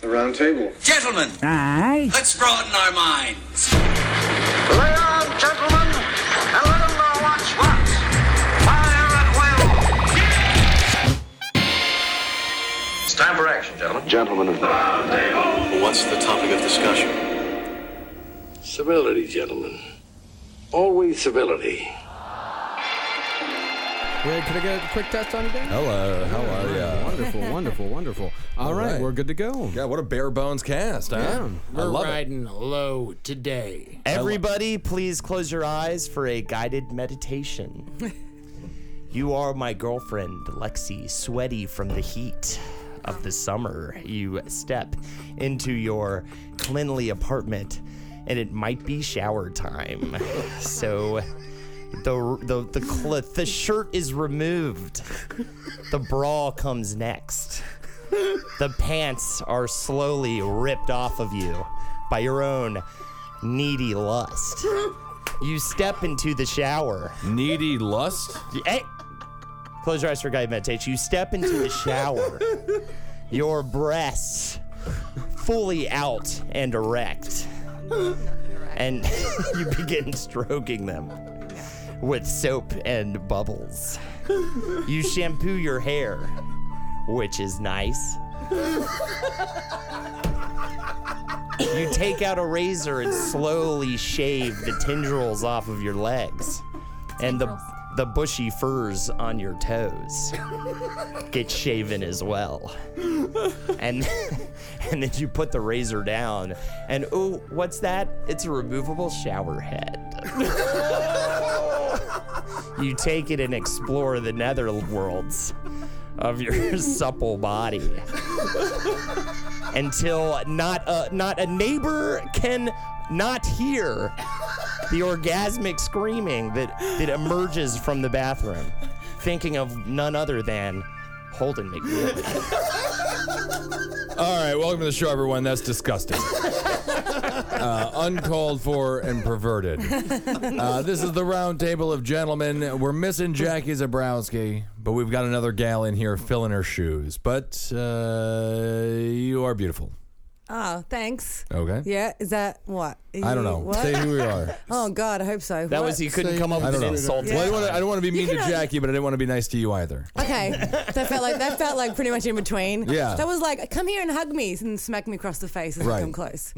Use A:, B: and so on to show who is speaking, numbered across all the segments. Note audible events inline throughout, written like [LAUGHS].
A: The round table.
B: Gentlemen,
C: Aye.
B: let's broaden our minds.
D: Lay on, gentlemen, and let 'em know what's what. Fire at will. It's time for action, gentlemen.
E: Gentlemen of What's the topic of discussion?
F: Civility, gentlemen. Always civility.
G: Wait, could I get a quick test on you there?
H: Hello, how are
G: Yeah, [LAUGHS]
H: ya?
G: Wonderful, wonderful, wonderful. All right,
H: Oh, right.
G: we're good to go.
H: Yeah, what a bare bones cast, huh? I love it.
G: low today.
I: Everybody, please close your eyes for a guided meditation. you are my girlfriend, Lexi, sweaty from the heat of the summer. You step into your cleanly apartment, and it might be shower time. so. The, the the cl- the shirt is removed. The bra comes next. The pants are slowly ripped off of you by your own needy lust. You step into the shower.
H: Needy lust.
I: Hey, eh. close your eyes for guided meditation. You step into the shower. Your breasts fully out and erect, and [LAUGHS] you begin stroking them with soap and bubbles. You shampoo your hair, which is nice. You take out a razor and slowly shave the tendrils off of your legs and the the bushy furs on your toes get shaven as well. And [LAUGHS] and then you put the razor down and oh, what's that? It's a removable shower head. you take it and explore the nether worlds of your [LAUGHS] supple body until not a, not a neighbor can not hear the orgasmic screaming that, that emerges from the bathroom, thinking of none other than Holden McNeely.
H: All right, welcome to the show, everyone.
G: [LAUGHS]
H: That's disgusting. Uh, uncalled for and
G: [LAUGHS]
H: perverted. Uh, this is the round table of gentlemen. We're missing Jackie Zabrowski, but we've got another gal in here filling her shoes. But uh, you are beautiful.
J: Oh, thanks.
H: Okay?
J: Yeah, is that what?
H: I don't know.
J: What?
H: Say who
G: [LAUGHS]
H: we are.
J: [LAUGHS] oh God, I hope so.
I: That
J: What?
I: was he couldn't come up
H: I
I: with
H: don't
I: an
H: know.
I: insult.
H: Well, I don't wanna- I don't want to be mean to
J: can only-
H: Jackie, but I didn't want to be nice to you
J: [LAUGHS]
H: either.
J: Okay, that felt like that felt like pretty much in between.
H: Yeah.
J: that was like come here and hug me and smack me across the face as
H: Right.
J: I come
K: [LAUGHS]
J: close.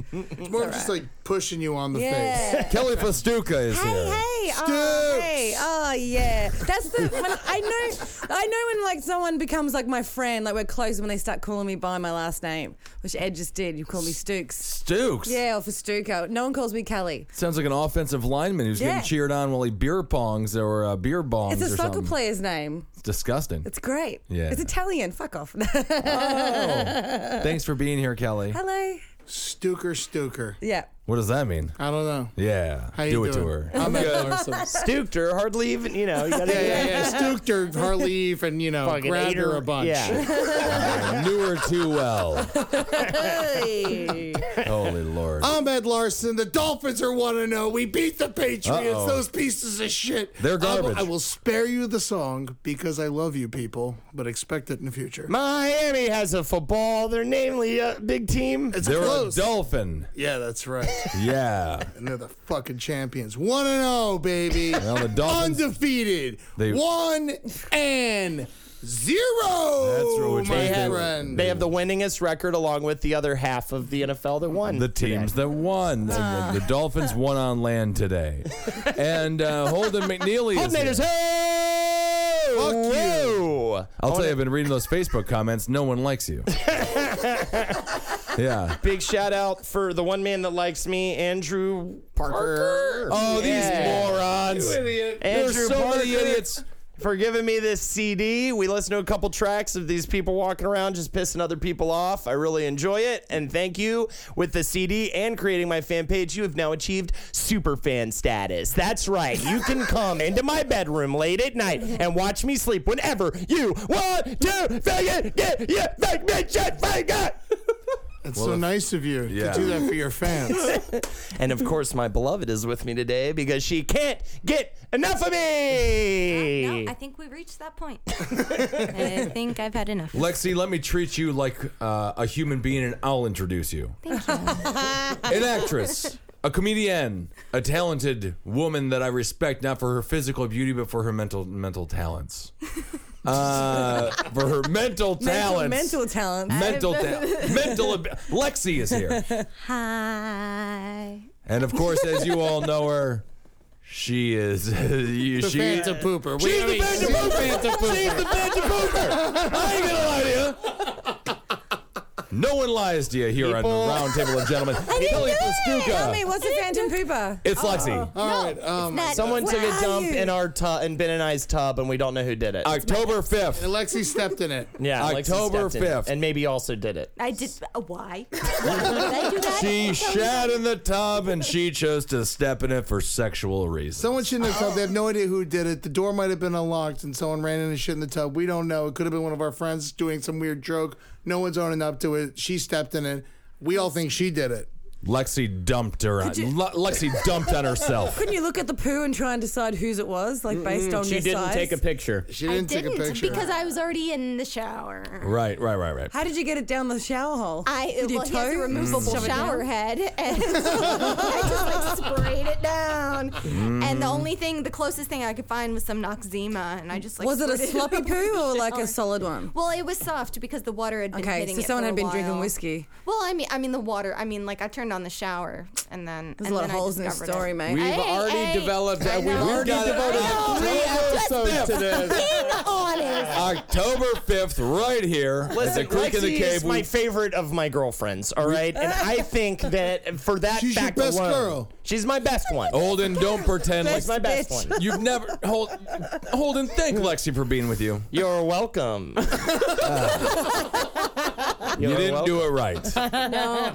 K: More just like pushing you on the face.
J: Yeah.
H: Kelly Pastuca is
J: Hey,
H: here.
J: hey, oh,
H: Stoops!
J: hey, oh yeah. That's the when I know I know when like someone becomes like my friend, like we're close when they start calling me by my last name, which Ed just did. You call me Stooks.
H: Stukes.
J: Yeah, or for Stuco. No one calls me Kelly.
H: Sounds like an offensive lineman who's
J: Yeah.
H: getting cheered on while he beer pongs or uh, beer bongs
J: It's
H: or
J: a soccer
H: something.
J: player's name.
H: It's disgusting.
J: It's great.
H: Yeah.
J: It's Italian. Fuck off. [LAUGHS]
H: Oh. Thanks for being here, Kelly.
J: Hello.
K: Stuker, Stuker.
J: Yeah.
H: What does that mean?
K: I
H: [LAUGHS]
K: don't know.
H: Yeah.
K: How you
H: do it to
K: doing?
H: her.
K: I'm good. yeah,
I: [LAUGHS] Stuked her, hardly even, you know.
H: [LAUGHS]
I: You gotta
K: yeah, yeah. Stuked her, Harleaf, and you know,
I: fucking
K: grabbed
I: ate
K: her a bunch.
I: Yeah.
H: I knew her too well.
K: [LAUGHS]
A: [LAUGHS]
J: Hey.
H: Holy Lord.
K: Ahmed Larson, the Dolphins are 1 0. We beat the Patriots,
H: Uh-oh.
K: those pieces of shit.
H: They're
K: I will-
H: garbage.
K: I will, spare you the song because I love you people, but expect it in the future.
I: Miami has a football. They're namely a big team.
K: It's
H: They're
K: close.
H: a dolphin.
K: yeah, that's right. [LAUGHS]
H: Yeah.
K: and they're the fucking champions. 1 0,
H: [LAUGHS]
K: baby.
H: Well, the Dolphins-
K: Undefeated.
H: They-
K: 1 and 0.
H: That's right, which
K: my
H: means they-
K: friend.
I: They have the winningest record along with the other half of the NFL that won.
H: The
I: today.
H: teams that won. The,
I: Ah.
H: the Dolphins won on land today. And uh, Holden McNeely is here.
I: Coordinators, hey!
H: Fuck you.
I: Whoa!
H: I'll tell you, I've been reading those Facebook comments. No one likes
I: [LAUGHS]
H: you. yeah.
I: Big shout out for the one man that likes me, Andrew Parker.
H: Oh,
I: Yeah.
H: these morons. There's
I: Andrew
H: so
I: Parker,
H: many idiots.
I: for giving me this CD. We listened to a couple tracks of these people walking around just pissing other people off. I really enjoy it, and thank you. With the CD and creating my fan page, you have now achieved super fan status. That's right. You can come into my bedroom late at night and watch me sleep whenever you want to. Fucking get you fucking shit, fucking-
K: It's
H: Well,
K: so
H: if-
K: nice of you
H: Yeah.
K: to do that for your
H: [LAUGHS]
K: fans.
I: And of course, my beloved is with me today because she can't get enough of me.
A: No, I think we reached that point. [LAUGHS] I think I've had enough.
H: Lexi, let me treat you like uh, a human being and I'll introduce you.
A: Thank you.
H: [LAUGHS] An actress, a comedian, a talented woman that I respect not for her physical beauty but for her mental mental talents. Uh, for her mental
J: Mental,
H: talents.
J: mental talent.
H: mental talent. Mental ab- Lexi is here.
A: Hi.
H: And of course, as you all know her, she is [LAUGHS] you, she,
K: Fans a pooper. We
H: she's the
K: already-
H: Phantom Pooper. She's the Phantom Pooper. I ain't gonna lie to you. No one lies to you here on
K: People-
H: the round table of gentlemen. Kelly
J: Tell me,
H: Pastuca.
J: what's a phantom pooper?
H: It's Lexi.
K: All right. Um,
A: That-
I: Someone took a
J: Wow,
I: dump
J: you-
I: in our tub, in Ben and I's tub, and we don't know who did it.
H: October 5th.
K: Alexi stepped in it.
I: yeah, Alexis
H: October
I: stepped in it
H: 5th.
I: and maybe also did it.
A: I did. Uh,
J: [LAUGHS]
A: why? Why did I do that?
H: She
A: Tell me.
H: shat in the tub and she chose to step in it for sexual reasons.
K: Someone shit in the tub. They have
A: Oh.
K: no idea who did it. The door might have been unlocked and someone ran in and shit in the tub. We don't know. It could have been one of our friends doing some weird joke. No one's owning up to it. She stepped in it. We all think she did it.
H: Lexi dumped her. On, Le- Lexi dumped on [LAUGHS] herself.
J: Couldn't you look at the poo and try and decide whose it was, like based on
G: She
J: their
G: didn't
J: size?
G: take a picture.
K: She
A: I
K: didn't,
A: didn't
K: take a picture.
A: because I was already in the shower.
H: Right, right, right, right.
J: How did you get it down the shower hole?
A: I
J: Did you
A: well, he has a
J: toe?
A: removable
K: Mm.
J: Shove it down?
A: shower head, and [LAUGHS] I just like sprayed it down. And the only thing, the closest thing I could find was some Noxzema, and I just like
J: Was it a
A: sprayed [LAUGHS]
J: sloppy
A: over
J: poo or
A: the
J: like a
A: shower.
J: solid one?
A: Well, it was soft because the water had been
J: Okay,
A: hitting
J: so
A: it
J: someone
A: for
J: had
A: a
J: been drinking
A: while.
J: whiskey.
A: Well, I mean, I mean the water. I mean, like I turned on the shower, and then and
J: There's a lot of
A: then I
J: holes in the
A: discovered
J: story,
A: it.
J: mate.
G: We've
A: Hey,
G: already
A: hey,
G: developed
A: I
G: that. We've
A: know.
G: already
A: I know.
G: devoted
A: I know.
G: three episodes to this.
A: Being honest.
H: October 5th, right here at the Creek
I: Lexi
H: in the Cave.
I: is my
H: We,
I: favorite of my girlfriends. All right, and I think that for that
K: She's your
I: fact
K: best
I: alone,
K: girl.
I: she's my best one.
H: Holden,
I: [LAUGHS]
H: don't pretend like
I: she's my best
J: bitch.
I: one.
H: you've never. Hold, Holden, thank Lexi for being with you.
I: You're [LAUGHS] welcome.
H: You didn't do it
I: [LAUGHS]
H: right.
J: Oh,
A: No,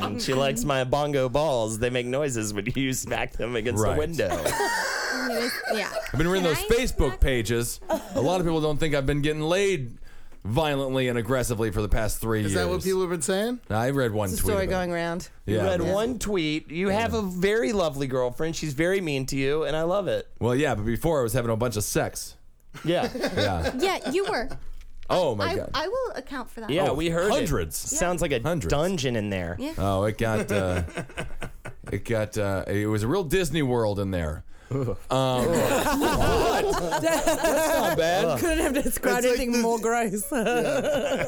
A: no.
I: it. She likes my bongo balls. They make noises when you smack them against
H: Right. [LAUGHS]
I: the window.
A: yeah.
H: I've been reading
A: Can
H: those
A: I
H: Facebook
A: smack-
H: pages. A lot of people don't think I've been getting laid violently and aggressively for the past three
K: Is
H: years.
K: that what people have been saying?
H: I read one
J: There's a
H: tweet.
J: story
H: about
J: going
H: it.
J: round.
H: Yeah.
I: You read one tweet. You have a very lovely girlfriend. She's very mean to you, and I love it.
H: Well, yeah, but before I was having a bunch of sex.
I: Yeah.
H: Yeah.
A: Yeah, you were.
H: Oh my
A: I,
H: god.
A: I will account for that.
I: Yeah,
H: Oh,
I: we heard it.
H: hundreds. Yeah.
I: Sounds like a
H: Hundreds.
I: dungeon in there.
A: Yeah.
H: Oh, it got uh, it got uh, it was a real Disney World in there.
I: Not bad.
J: Couldn't have described
K: It's like
J: anything
K: the-
J: more gross. [LAUGHS]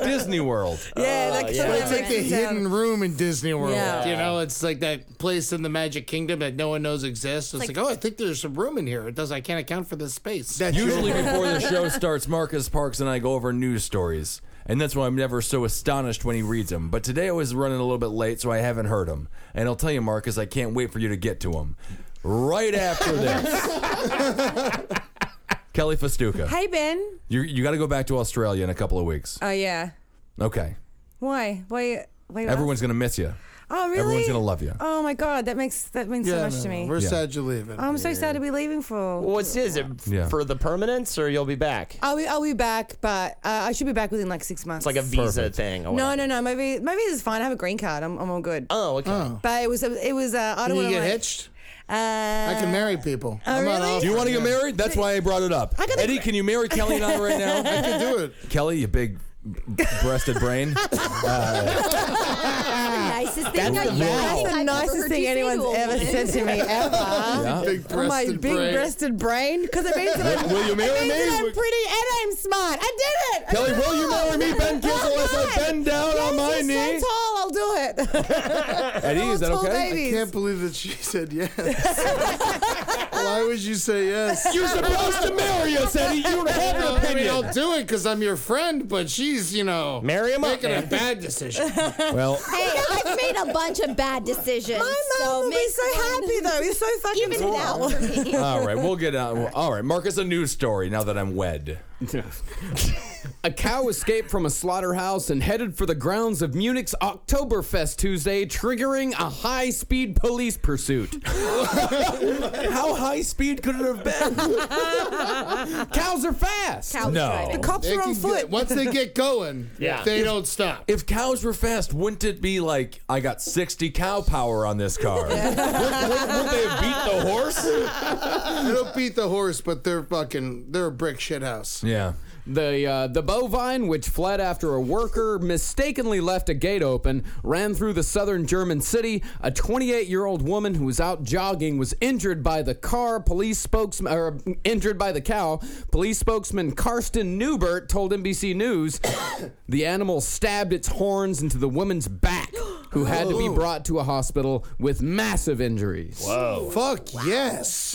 H: Disney World.
J: yeah, that could
I: yeah.
J: have
K: It's like the
J: been sound.
K: hidden room in Disney World.
J: Yeah.
K: You know, it's like that place in the Magic Kingdom that no one knows exists. It's, like,
A: like-
K: oh, I think there's some room in here. It does. I can't account for this space. That's
H: Usually before the show starts, Marcus Parks and I go over news stories, and that's why I'm never so astonished when he reads them. But today I was running a little bit late, so I haven't heard him. And I'll tell you, Marcus, I can't wait for you to get to him. Right after this, Kelly Festuca,
J: Hey, Ben.
H: you you got to go back to Australia in a couple of weeks.
J: Oh, yeah.
H: Okay,
J: Why? Why? Why you
H: everyone's gonna miss you.
J: ask- Oh, really?
H: Everyone's gonna love you.
J: Oh, my God. That makes that means so much to me.
K: We're
H: Yeah.
K: sad you're leaving.
J: I'm so sad to be leaving for.
I: What's is it f-
H: Yeah.
I: for the permanence, or you'll be back?
J: I'll be, I'll be back, but uh, I should be back within like six months.
I: It's like a visa
H: Perfect.
I: thing. Or
J: No, no,
I: whatever.
J: no. Maybe, maybe it's fine. I have a green card. I'm, I'm all good.
I: Oh, okay.
J: But it was, it was. Uh, I don't
K: Can you
J: want to
K: get
J: like,
K: hitched?
J: Uh, oh,
K: I can marry people. I'm not
J: really?
K: off-
H: Do you want to get married? That's why I brought it up.
J: got the-
H: Eddie, can you marry Kelly and I right
J: [LAUGHS]
H: now?
K: I can do it.
H: Kelly, you big breasted brain.
J: [LAUGHS]
A: the nicest thing I, I
J: That's
A: think
J: the
A: I've
J: nicest
A: heard
J: thing
A: you say to
J: anyone's
A: a
J: ever
A: woman.
J: said
A: [LAUGHS]
J: to me ever.
H: Yeah.
K: Big breasted
J: Oh, My big
K: brain.
J: breasted brain, because it means that I'm,
H: Will you marry
J: it means
H: me?
J: that
H: Will-
J: I'm pretty and I'm smart. I did it. I
H: Kelly,
J: did it
H: will you
J: all.
H: marry me, Ben Kissel,
J: Oh,
H: as I
J: God.
H: bend down
J: Yes,
H: on my
J: you're
H: knee?
J: So tall, I'll do it.
H: Eddie, is that
J: Tall
H: okay?
J: babies.
K: Can't believe that she said yes. [LAUGHS] Why would you say yes?
H: You're supposed to marry us, Eddie. You don't have an
J: [LAUGHS]
K: I mean, I'll
H: opinion.
K: do it because I'm your friend, but she's, you know,
I: Marry him up.
K: making a
I: man.
J: [LAUGHS]
K: bad decision.
H: Well,
A: Hey, I've made a bunch of bad decisions.
J: My mum
A: so
J: will be
A: make
J: so
A: one-
J: happy though. He's so fucking
A: Even it out
J: tall.
A: for
H: [LAUGHS]
A: me.
H: all right, we'll get out. All right, Marcus, a news story now that I'm wed.
C: A cow escaped from a slaughterhouse and headed for the grounds of Munich's Oktoberfest Tuesday, triggering a high speed
H: [LAUGHS]
C: police pursuit. How high speed could it have been? [LAUGHS] Cows are fast.
K: Cows No. driving.
J: The cops
K: They
J: are on
K: can
J: foot.
K: get- once they get going, Yeah. they don't stop.
H: If cows were fast, wouldn't it be like I got 60 cow power on this
C: [LAUGHS]
H: car?
K: the
H: horse?
K: they don't beat the horse, but they're fucking they're a brick shit house.
H: Yeah.
C: The uh, the bovine, which fled after a worker mistakenly left a gate open, ran through the southern German city. A 28 year old woman who was out jogging was injured by the car. Police spokesman, or uh, injured by the cow. Police spokesman Karsten Newbert told NBC News [COUGHS] the animal stabbed its horns into the woman's back, who had to be brought to a hospital with massive injuries.
H: Oh.
C: Whoa!
K: Fuck yes!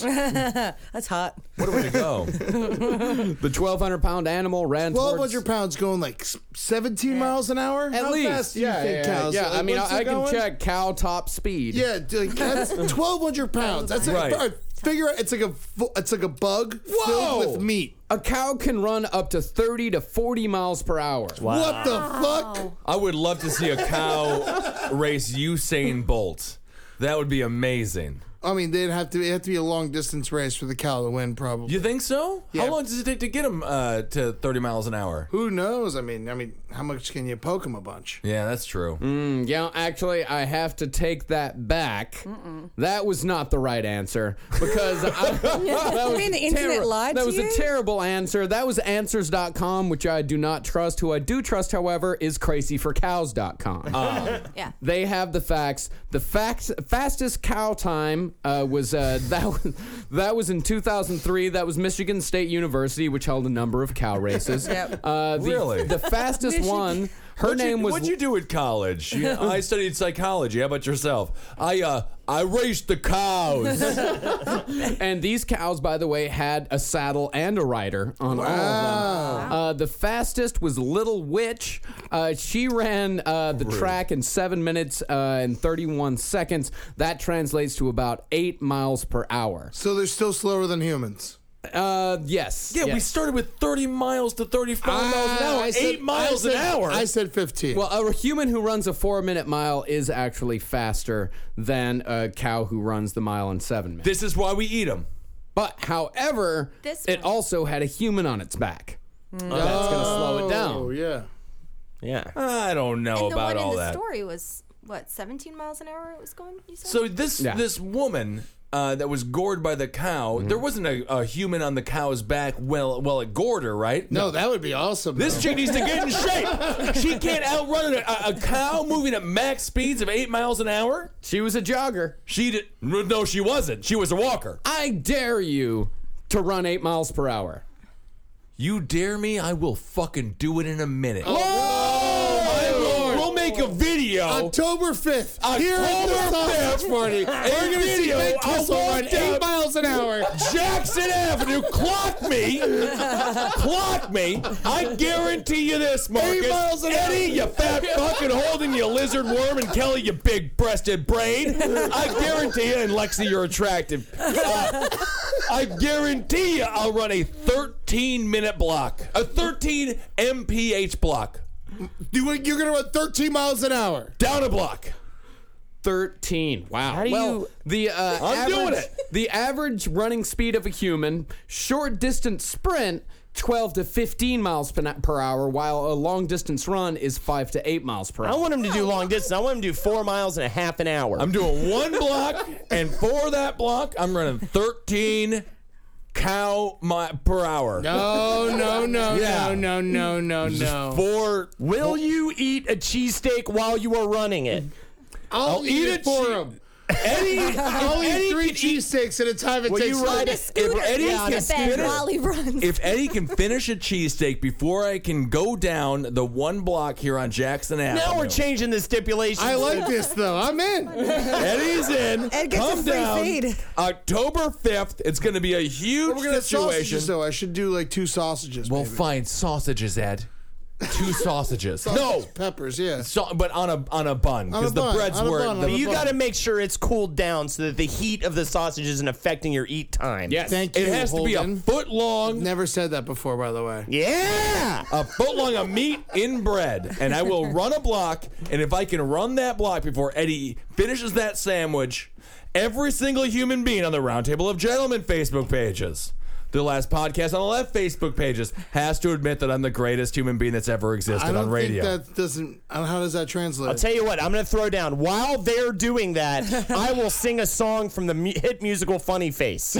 C: [LAUGHS]
J: That's hot.
H: What a way to go!
C: the 1,200 pound animal ran.
K: Twelve
C: towards-
K: hundred pounds going like s- seventeen miles an hour.
C: At
K: How
C: least,
K: fast do you
C: yeah,
K: think
C: yeah,
K: cows?
C: yeah.
K: like,
C: I mean,
K: what's
C: I, I
K: it
C: can
I: [LAUGHS]
K: going?
C: check cow top speed.
K: Yeah, d- like, that's
C: [LAUGHS]
K: twelve hundred pounds. That's like,
C: Right.
K: all right, figure out. It's like a fu- it's like a bug filled with meat.
C: A cow can run up to 30 to 40 miles per hour.
K: What the fuck?
H: I would love to see a cow race Usain Bolt. That would be amazing.
K: I mean, they'd have to it'd have to be a long distance race for the cow to win, probably.
H: You think so?
K: Yeah.
H: How long does it take to get them uh, to 30 miles an hour?
K: Who knows? I mean, I mean, how much can you poke him a bunch?
H: Yeah, that's true.
C: Mm, yeah, actually, I have to take that back. That was not the right answer because I, that
J: Mm. [LAUGHS] You mean the internet lied
C: That
J: to
C: was
J: you?
C: a terrible answer. That was answers.com, which I do not trust. Who I do trust, however, is crazyforcows.com.
A: Yeah.
C: Um, They have the facts. The fact, fastest cow time uh, was uh, [LAUGHS] that was, that was in 2003. That was Michigan State University, which held a number of cow
I: [LAUGHS]
C: races.
H: Yep.
C: Uh, the,
H: Really?
C: The fastest
H: Michigan.
C: one. Her
H: What'd you-
C: name was.
H: What'd you do at
C: [LAUGHS]
H: college? You- I studied psychology. How about yourself? I uh, I raced the
C: [LAUGHS]
H: cows.
C: and these cows, by the way, had a saddle and a rider on all of them. Uh, the fastest was Little Witch. Uh, she ran uh, the track in seven minutes uh, and 31 seconds. That translates to about eight miles per hour.
K: So they're still slower than humans.
C: Uh, yes.
H: Yeah, we
C: yes. Ah.
H: started with 30 miles to 35 miles an hour.
K: I
H: Eight
K: said-
H: miles
K: I
H: an
K: said-
H: hour.
K: I said fifteen.
C: Well, a human who runs a four-minute mile is actually faster than a cow who runs the mile in seven minutes.
H: this is why we eat them.
C: But however,
A: This
C: it also had a human on its back. That's going to slow it
K: Oh
C: down.
K: yeah.
I: Yeah.
H: I don't know
A: and the
H: about
A: one in
H: all
A: the
H: that.
A: story was what 17 miles an hour it was going. You said.
H: So this
C: Yeah. Mm-hmm.
H: this woman uh, that was gored by the cow, there wasn't a, a human on the cow's back. Well, well, it gored her, right?
K: No, that would be awesome.
H: This
K: though.
H: chick needs to get in shape. She can't outrun a, a, a cow moving at max speeds of eight miles an hour.
C: She was a jogger.
H: She did. No, she wasn't. She was a walker.
C: I dare you to run eight miles per hour.
H: You dare me? I will fucking do it in a minute.
K: Oh,
H: We'll make a video.
K: October 5th, here at the
H: October
K: Sausage
H: 5th.
K: Party.
H: A
K: We're going to see
H: video.
K: Big
H: I'll
K: Kissel
H: walk
K: run
H: down-
K: 8 miles an [LAUGHS] hour.
H: Jackson Avenue, clock me, clock me. I guarantee you this, Marcus.
K: Eight miles an
H: Eddie, you fat fucking holding you lizard worm, and Kelly, you big-breasted brain. I guarantee you, and Lexi, you're attractive. Uh, I guarantee you, I'll run a 13-minute block, a 13 mph block,
K: You, are going to run 13 miles an hour.
H: down a block.
C: 13. Wow.
I: do
C: well,
I: you-
C: the uh,
H: I'm
C: average,
H: doing it.
C: The average running speed of a human, short distance sprint, 12 to 15 miles per per hour, while a long distance run is 5 to 8 miles per
I: I
C: hour.
I: want him to do long distance. I want him to do four miles and a half an hour.
C: Um,
H: I'm doing one block, and for that block, I'm running 13 cow mi- per hour.
K: No, Oh, no, no,
H: Yeah.
K: no, no, no, no, no.
H: For
I: Will you eat a cheesesteak while you are running it?
K: I'll, eat,
H: eat
K: it
H: a
K: for
H: chee-
K: him. [LAUGHS]
H: Eddie,
K: I'll eat
H: Eddie
K: three
H: can eat-
K: cheesesteaks at a time it
I: Will
K: takes
I: you ride
K: to-
I: a
A: Scooter
H: if Eddie
A: goes
H: can
A: to bed
H: scooter-
A: while he runs.
H: if Eddie can finish a cheesesteak before I can go down the one block here on Jackson Avenue.
I: Now we're changing the stipulation.
K: I like this, though. I'm [LAUGHS] in.
H: Eddie's in.
J: Ed gets
H: Come
J: a free
H: down.
J: feed.
H: October 5th. It's going to be a huge
K: We're going to
H: situation.
K: sausages, though. I should do like two sausages.
H: We'll
K: maybe.
H: find sausages, Ed. [LAUGHS] two sausages.
K: Sausage,
H: no,
K: peppers, yeah.
H: So, but on a on a bun because the breads were. the-
I: But you got to make sure it's cooled down so that the heat of the sausage isn't affecting your eat time.
K: Thank you. Holden.
H: foot long.
K: Never said that before, by the way.
I: Yeah.
H: a foot long of meat in bread, and I will run a block. And if I can run that block before Eddie finishes that sandwich, every single human being on the Roundtable of Gentlemen Facebook pages. The last podcast on the left Facebook pages has to admit that I'm the greatest human being that's ever existed
K: I don't
H: on radio.
K: think that doesn't. I don't- How does that translate?
I: I'll tell you what, I'm going to throw down. While they're doing
C: [LAUGHS]
I: that, I will sing a song from the mu- hit musical
C: [LAUGHS]
I: Funny Face.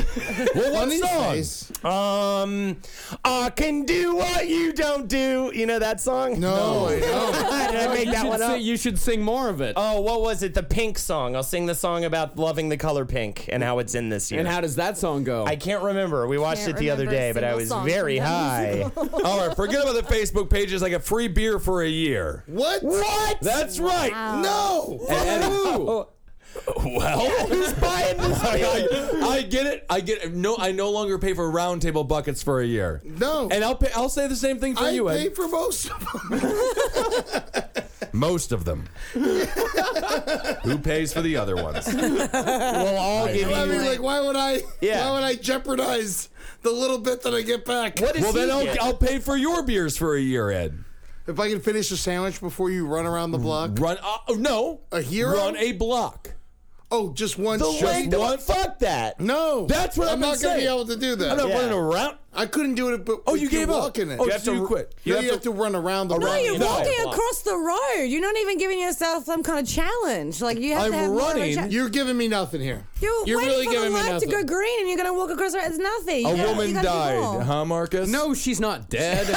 H: well, what
K: Funny
H: song?
K: face.
I: um, I can do what you don't do. You know that song?
K: No, I don't.
I: [LAUGHS] Did I make
C: you,
I: that
C: should
I: one
C: sing,
I: up?
C: you should sing more of it.
I: Oh, what was it? The pink song. I'll sing the song about loving the color pink and how it's in this year.
C: and how does that song go?
I: I can't remember. We
A: Can't
I: watched it the other
A: remember a
I: day, but I
A: single
I: was
A: song
I: very
A: from that
I: high. [LAUGHS]
H: All right, forget about the Facebook pages. I get free beer for a year.
K: What?
I: what?
H: That's right.
K: No.
H: And Eddie- well,
I: Who's
H: [LAUGHS]
I: buying this?
H: Oh, I, I- I get it. I get it. No, I no longer pay for round table buckets for a year.
K: No.
H: And I'll pay, I'll say the same thing for
K: I
H: you,
K: pay
H: Ed.
K: for most of them.
H: Most of
K: [LAUGHS]
H: them. Who pays for the other ones?
I: We'll all give
K: I mean,
I: you.
K: like, why would I?
I: Yeah.
K: Why would I jeopardize the little bit that I get back?
I: What is
H: Well, then
I: he
H: I'll,
I: get?
H: I'll pay for your beers for a year, Ed.
K: If I can finish a sandwich before you run around the block.
H: Run uh, no
K: A hero?
H: Run a block.
K: Oh, just one.
H: The
K: shot.
H: length of-
I: One, fuck that.
K: No.
H: That's what
K: I'm
H: I've been
K: not gonna be
H: saying.
K: able to do that.
H: I'm not
I: Yeah.
H: running around.
K: I couldn't do it. But
H: Oh,
K: with
H: you
K: you
H: gave up.
K: walking it.
H: Oh,
K: No,
H: you
K: you,
H: have to
I: you
H: re-
I: quit.
H: You
K: have,
H: have
K: to, run around the
J: No,
K: block.
J: you're
H: No.
J: walking
I: Block.
J: across the road. You're not even giving yourself some kind of challenge. Like you have
H: I'm
J: to have more of a
H: running.
J: cha-
K: You're giving me nothing here.
J: You're,
K: You're
J: waiting
K: really
J: for the
K: giving me
J: light to
K: nothing.
J: go green, and you're gonna walk across the road. It's nothing.
H: A
J: You gotta-
H: woman
J: you gotta do more.
H: died, huh, Marcus?
C: No, she's
H: [LAUGHS]
C: not dead.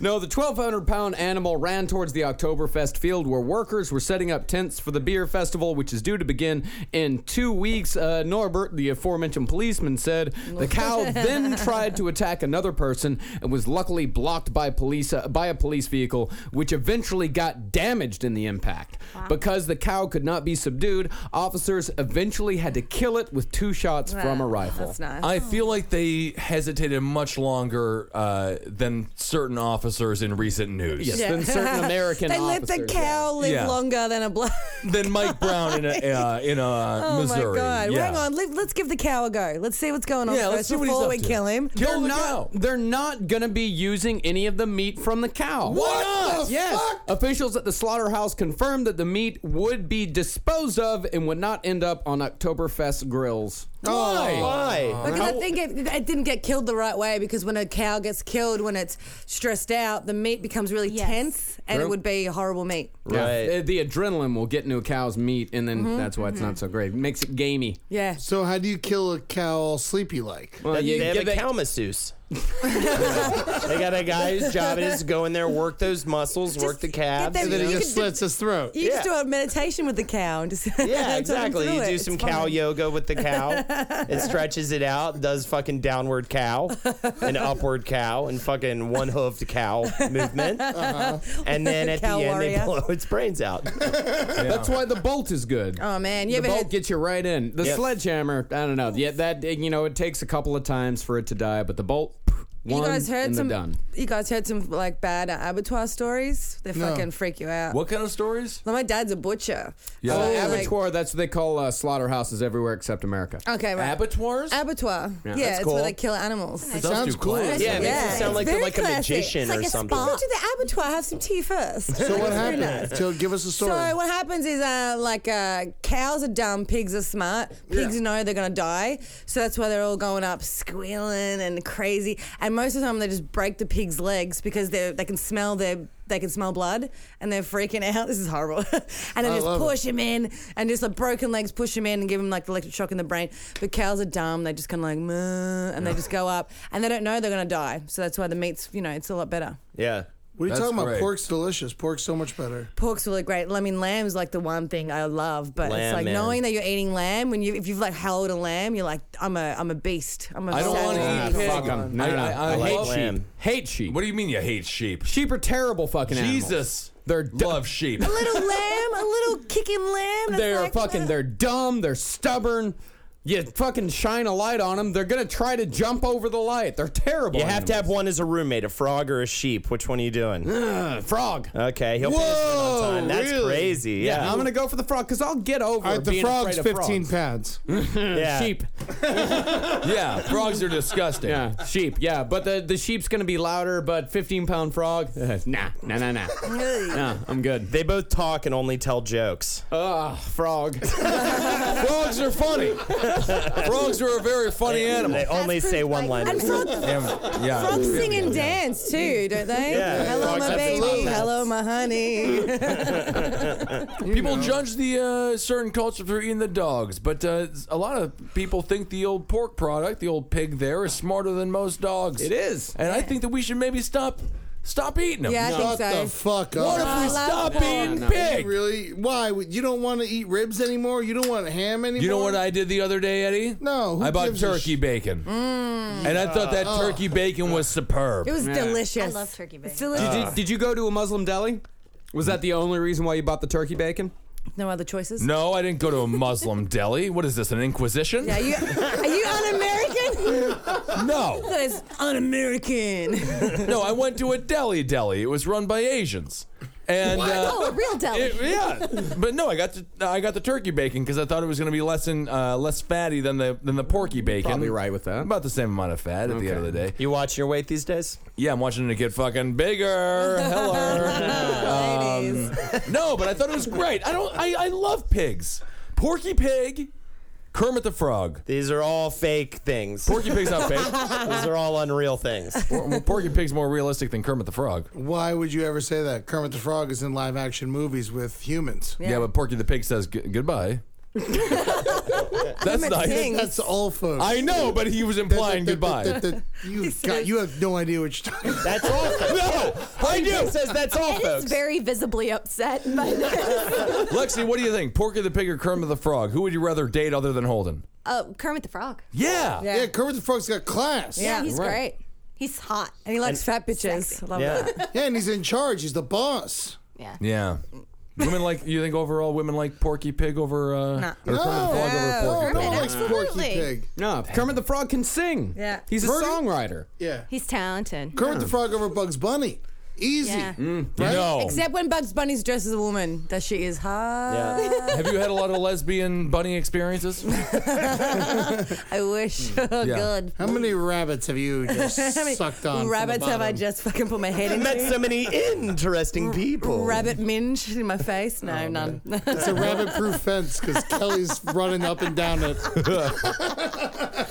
C: no, the 1,200 pound animal ran towards the Oktoberfest field where workers were setting up tents for the beer festival, which is due to begin in two weeks. Uh, Norbert, the aforementioned policeman, said the cow then tried to attack another person and was luckily blocked by police uh, by a police vehicle, which eventually got damaged in the impact. Because the cow could not be subdued, officers eventually had to kill it with two shots from a
J: Wow,
C: rifle.
J: That's nice.
H: I feel like they hesitated much longer uh, than certain officers in recent news.
C: Yes, than
J: [LAUGHS]
C: certain American
J: they let
C: officers.
J: the cow live
H: Yeah.
J: longer than a black.
H: Than Mike Brown in
C: [LAUGHS]
H: a, uh, in a
J: [LAUGHS] Oh
H: Missouri.
J: my god!
H: Yeah.
J: Hang on, let, let's give the cow a go. Let's see what's going on
H: Yeah,
J: first
H: let's see what he's
J: before
H: up
J: we
H: to.
J: kill him.
H: Kill
C: They're
H: the
C: not.
H: cow.
C: They're not gonna be using any of the meat from the cow.
H: Why not?
C: Yes. Officials at the slaughterhouse confirmed that the meat would be disposed of and would not end up on Oktoberfest grills.
H: Why?
I: Why?
J: Because I think it, it didn't get killed the right way. Because when a cow gets killed, when it's stressed out, the meat becomes really
A: Yes.
J: tense, and it would be horrible meat.
C: Uh, The adrenaline will get into a cow's meat, and
I: Mm-hmm.
C: then that's why it's not so great. It makes it gamey.
J: Yeah.
K: [LAUGHS] So how do you kill a cow all sleepy like?
C: Well,
I: They have
C: give
I: a
C: it-
J: [LAUGHS]
I: cow masseuse. they got a guy whose job it is to go in there, work those muscles, work the
J: get
I: calves.
J: them-
K: And then he
J: You could
K: just
J: do-
K: slits his throat.
J: You just do
I: Yeah.
J: a meditation with the cow and just [LAUGHS] talk
I: Yeah,
J: him
I: exactly.
J: through
I: You do
J: it.
I: some
J: It's
I: cow
J: fine.
I: yoga with the cow.
J: [LAUGHS]
I: It stretches it out, does fucking downward cow, an upward cow, and fucking one hoofed cow
J: [LAUGHS]
I: movement. And then at the
J: Uh-huh. Cow
I: end, they
J: warrior.
I: blow its brains out.
C: That's why the bolt is good.
J: Oh man, you
C: the
J: ever
C: bolt
J: had?
C: gets you right in. The
I: Yeah.
C: sledgehammer, I don't know. Yeah, that you know, it takes a couple of times for it to die, but the bolt,
J: You
C: one,
J: guys heard
C: and
J: some.
C: they're done.
J: You guys heard some like bad uh, abattoir stories. They fucking freak you out.
H: What kind of stories?
J: Like my dad's a butcher.
H: Yeah.
J: So,
H: Oh,
J: like-
C: Uh, abattoir, that's what they call uh, slaughterhouses everywhere except America.
J: Okay, right.
H: Abattoirs?
J: abattoir. Yeah,
C: that's
J: it's
I: cool.
J: where they kill animals.
H: Those
K: Sounds
H: do
K: cool.
H: class.
I: Yeah, it makes
J: Yeah,
I: it sound
J: it's
I: like they're
J: very
I: like a
J: classic.
I: magician
J: It's like
I: or
J: a
I: something.
J: Go to the abattoir, have some tea first.
K: So what
J: Very
K: happened?
J: nice.
K: So give us a story.
J: So what happens is, uh, like, uh, cows are dumb, pigs are smart. Pigs
K: Yeah.
J: know they're gonna die, so that's why they're all going up squealing and crazy. And most of the time, they just break the pig's legs because they they can smell their they can smell blood and they're freaking out. [LAUGHS] This is horrible. and they
K: I
J: just
K: love it.
J: push him in and just like broken legs push him in and give him like the electric shock in the brain. But cows are dumb. They just kind of like "Meh," and they just go up and they don't know they're gonna die. So that's why the meat's you know it's a lot better.
I: Yeah.
K: what are you
H: That's
K: talking
H: great.
K: about? Pork's delicious. Pork's so much better.
J: pork's really great. I mean, lamb's like the one thing I love, but
I: Lamb,
J: it's like
I: man.
J: knowing that you're eating lamb when you if you've like held a lamb, you're like I'm a I'm a beast. I'm a
H: I don't want
J: savage.
H: to
I: Ah,
H: eat pig.
C: fuck 'em. No,
H: I,
C: no, no.
H: I, I
I: I like
H: hate
I: lamb.
H: sheep.
C: Hate sheep.
H: What do you mean you hate sheep?
C: sheep are terrible fucking animals.
H: Jesus.
C: They're d-
H: Love
C: [LAUGHS]
H: sheep.
J: A little lamb, a little kicking lamb. that's
C: they're
J: like,
C: fucking they're dumb, they're stubborn. You fucking shine a light on them. They're gonna try to jump over the light. They're terrible.
I: You have to have one as a roommate, a frog or a sheep. Which one are you
J: [GASPS]
I: doing?
C: Ugh, [CLEARS THROAT] frog.
I: Okay, he'll pay us in on time. That's crazy. Yeah.
C: I'm gonna go for the frog because I'll get over.
K: All right, the
C: being
K: frog's
C: afraid of
K: 15
C: frogs.
K: pounds.
C: [LAUGHS]
I: Yeah.
C: Sheep.
H: Yeah, frogs are disgusting.
C: Yeah, sheep. Yeah, but the, the sheep's gonna be louder. But 15 pound frog. [LAUGHS] eh, nah, nah, nah, nah. nah, I'm good.
I: They both talk and only tell jokes.
H: Oh,
C: Ah, frog.
H: Frogs are funny. frogs are a very funny animal.
I: They only say one line.
J: [LAUGHS] And frogs,
H: Yeah, yeah.
J: frogs sing and dance too, don't they?
I: Yeah.
J: Hello,
I: Frogs
J: my
I: have
J: baby.
I: floats.
J: Hello, my honey. [LAUGHS]
H: People judge the uh, certain culture for eating the dogs, but uh, a lot of people think the old pork product, the old pig there, is smarter than most dogs.
C: It is.
H: and I think that we should maybe stop stop eating them.
J: Yeah, I think
K: Shut
J: so.
K: the fuck up.
H: What if we
J: No, I love
H: stop
J: pork.
H: eating
C: No, no.
H: pig?
K: Really? Why? You don't want to eat ribs anymore? You don't want ham anymore?
H: You know what I did the other day, Eddie?
K: No, who
H: I bought
K: gives a
H: turkey
K: sh-
H: bacon,
J: Mm.
H: and I thought that turkey bacon was superb.
J: It was
A: I
J: delicious.
A: love turkey bacon.
J: It's delicious.
C: Did, did you go to a Muslim deli? Was that the only reason why you bought the turkey bacon?
J: no other choices.
H: no, I didn't go to a Muslim deli. What is this? An inquisition?
J: Are you, are you un-American? [LAUGHS]
H: No,
J: that is un-American.
H: no, I went to a deli. Deli. It was run by Asians. And uh,
A: Oh, a real deli. [LAUGHS]
H: It- yeah, but no, I got the I got the turkey bacon because I thought it was going to be less in, uh, less fatty than the than the porky bacon.
C: Probably right with that.
H: About the same amount of fat at the end of the day.
I: You watching your weight these days?
H: Yeah, I'm watching it get fucking bigger.
J: [LAUGHS]
H: Hello. Um, no, but I thought it was great. I don't. I, I love pigs. Porky Pig, Kermit the Frog.
I: These are all fake things.
H: Porky Pig's not fake.
I: [LAUGHS] These are all unreal things.
H: Por- Porky Pig's more realistic than Kermit the Frog.
K: Why would you ever say that? Kermit the Frog is in live action movies with humans.
H: Yeah, but Porky the Pig says g- goodbye. That's nice.
J: sings.
K: That's all, folks. [LAUGHS]
H: I know, but he was implying goodbye.
K: you, got, you have no idea what you're talking about.
I: That's all.
H: No, I
I: He
H: do.
I: says that's all,
A: Ed is
I: folks.
A: very visibly upset by this.
H: Lexi, what do you think? Porky the Pig or Kermit the Frog? Who would you rather date other than Holden?
A: [LAUGHS] oh, Kermit the Frog.
H: Yeah.
K: Yeah, Kermit the Frog's got class.
A: Yeah, he's
H: right.
A: great. He's hot.
J: And he likes fat bitches. Love
I: Yeah.
J: that.
K: Yeah, and he's in charge. He's the boss.
A: Yeah.
H: Yeah. Women like you think overall women like Porky Pig over uh or Kermit the Frog over Porky
K: No one
A: Oh, Kermit,
K: likes Porky
A: absolutely.
K: Pig.
C: No, Kermit the Frog can sing.
J: Yeah.
C: he's a
K: Verdi-
C: songwriter.
K: Yeah.
A: He's talented.
K: Kermit the Frog over Bugs Bunny. Easy.
A: Yeah.
H: No.
J: Except when Bugs Bunny's dressed as a woman. That shit is hot.
I: Yeah.
H: Have you had a lot of lesbian bunny
J: [LAUGHS]
H: experiences?
J: I wish. [LAUGHS]
I: Hmm.
J: Oh, God.
K: How many rabbits have you just sucked on? from the
J: Rabbits have I
K: bottom?
J: just fucking put my head in?
I: Met so many interesting
J: [LAUGHS]
I: people.
J: Rabbit minge in my face?
I: Oh,
J: No, none. [LAUGHS]
K: It's a rabbit-proof fence because Kelly's running up and down
H: [LAUGHS]
K: it.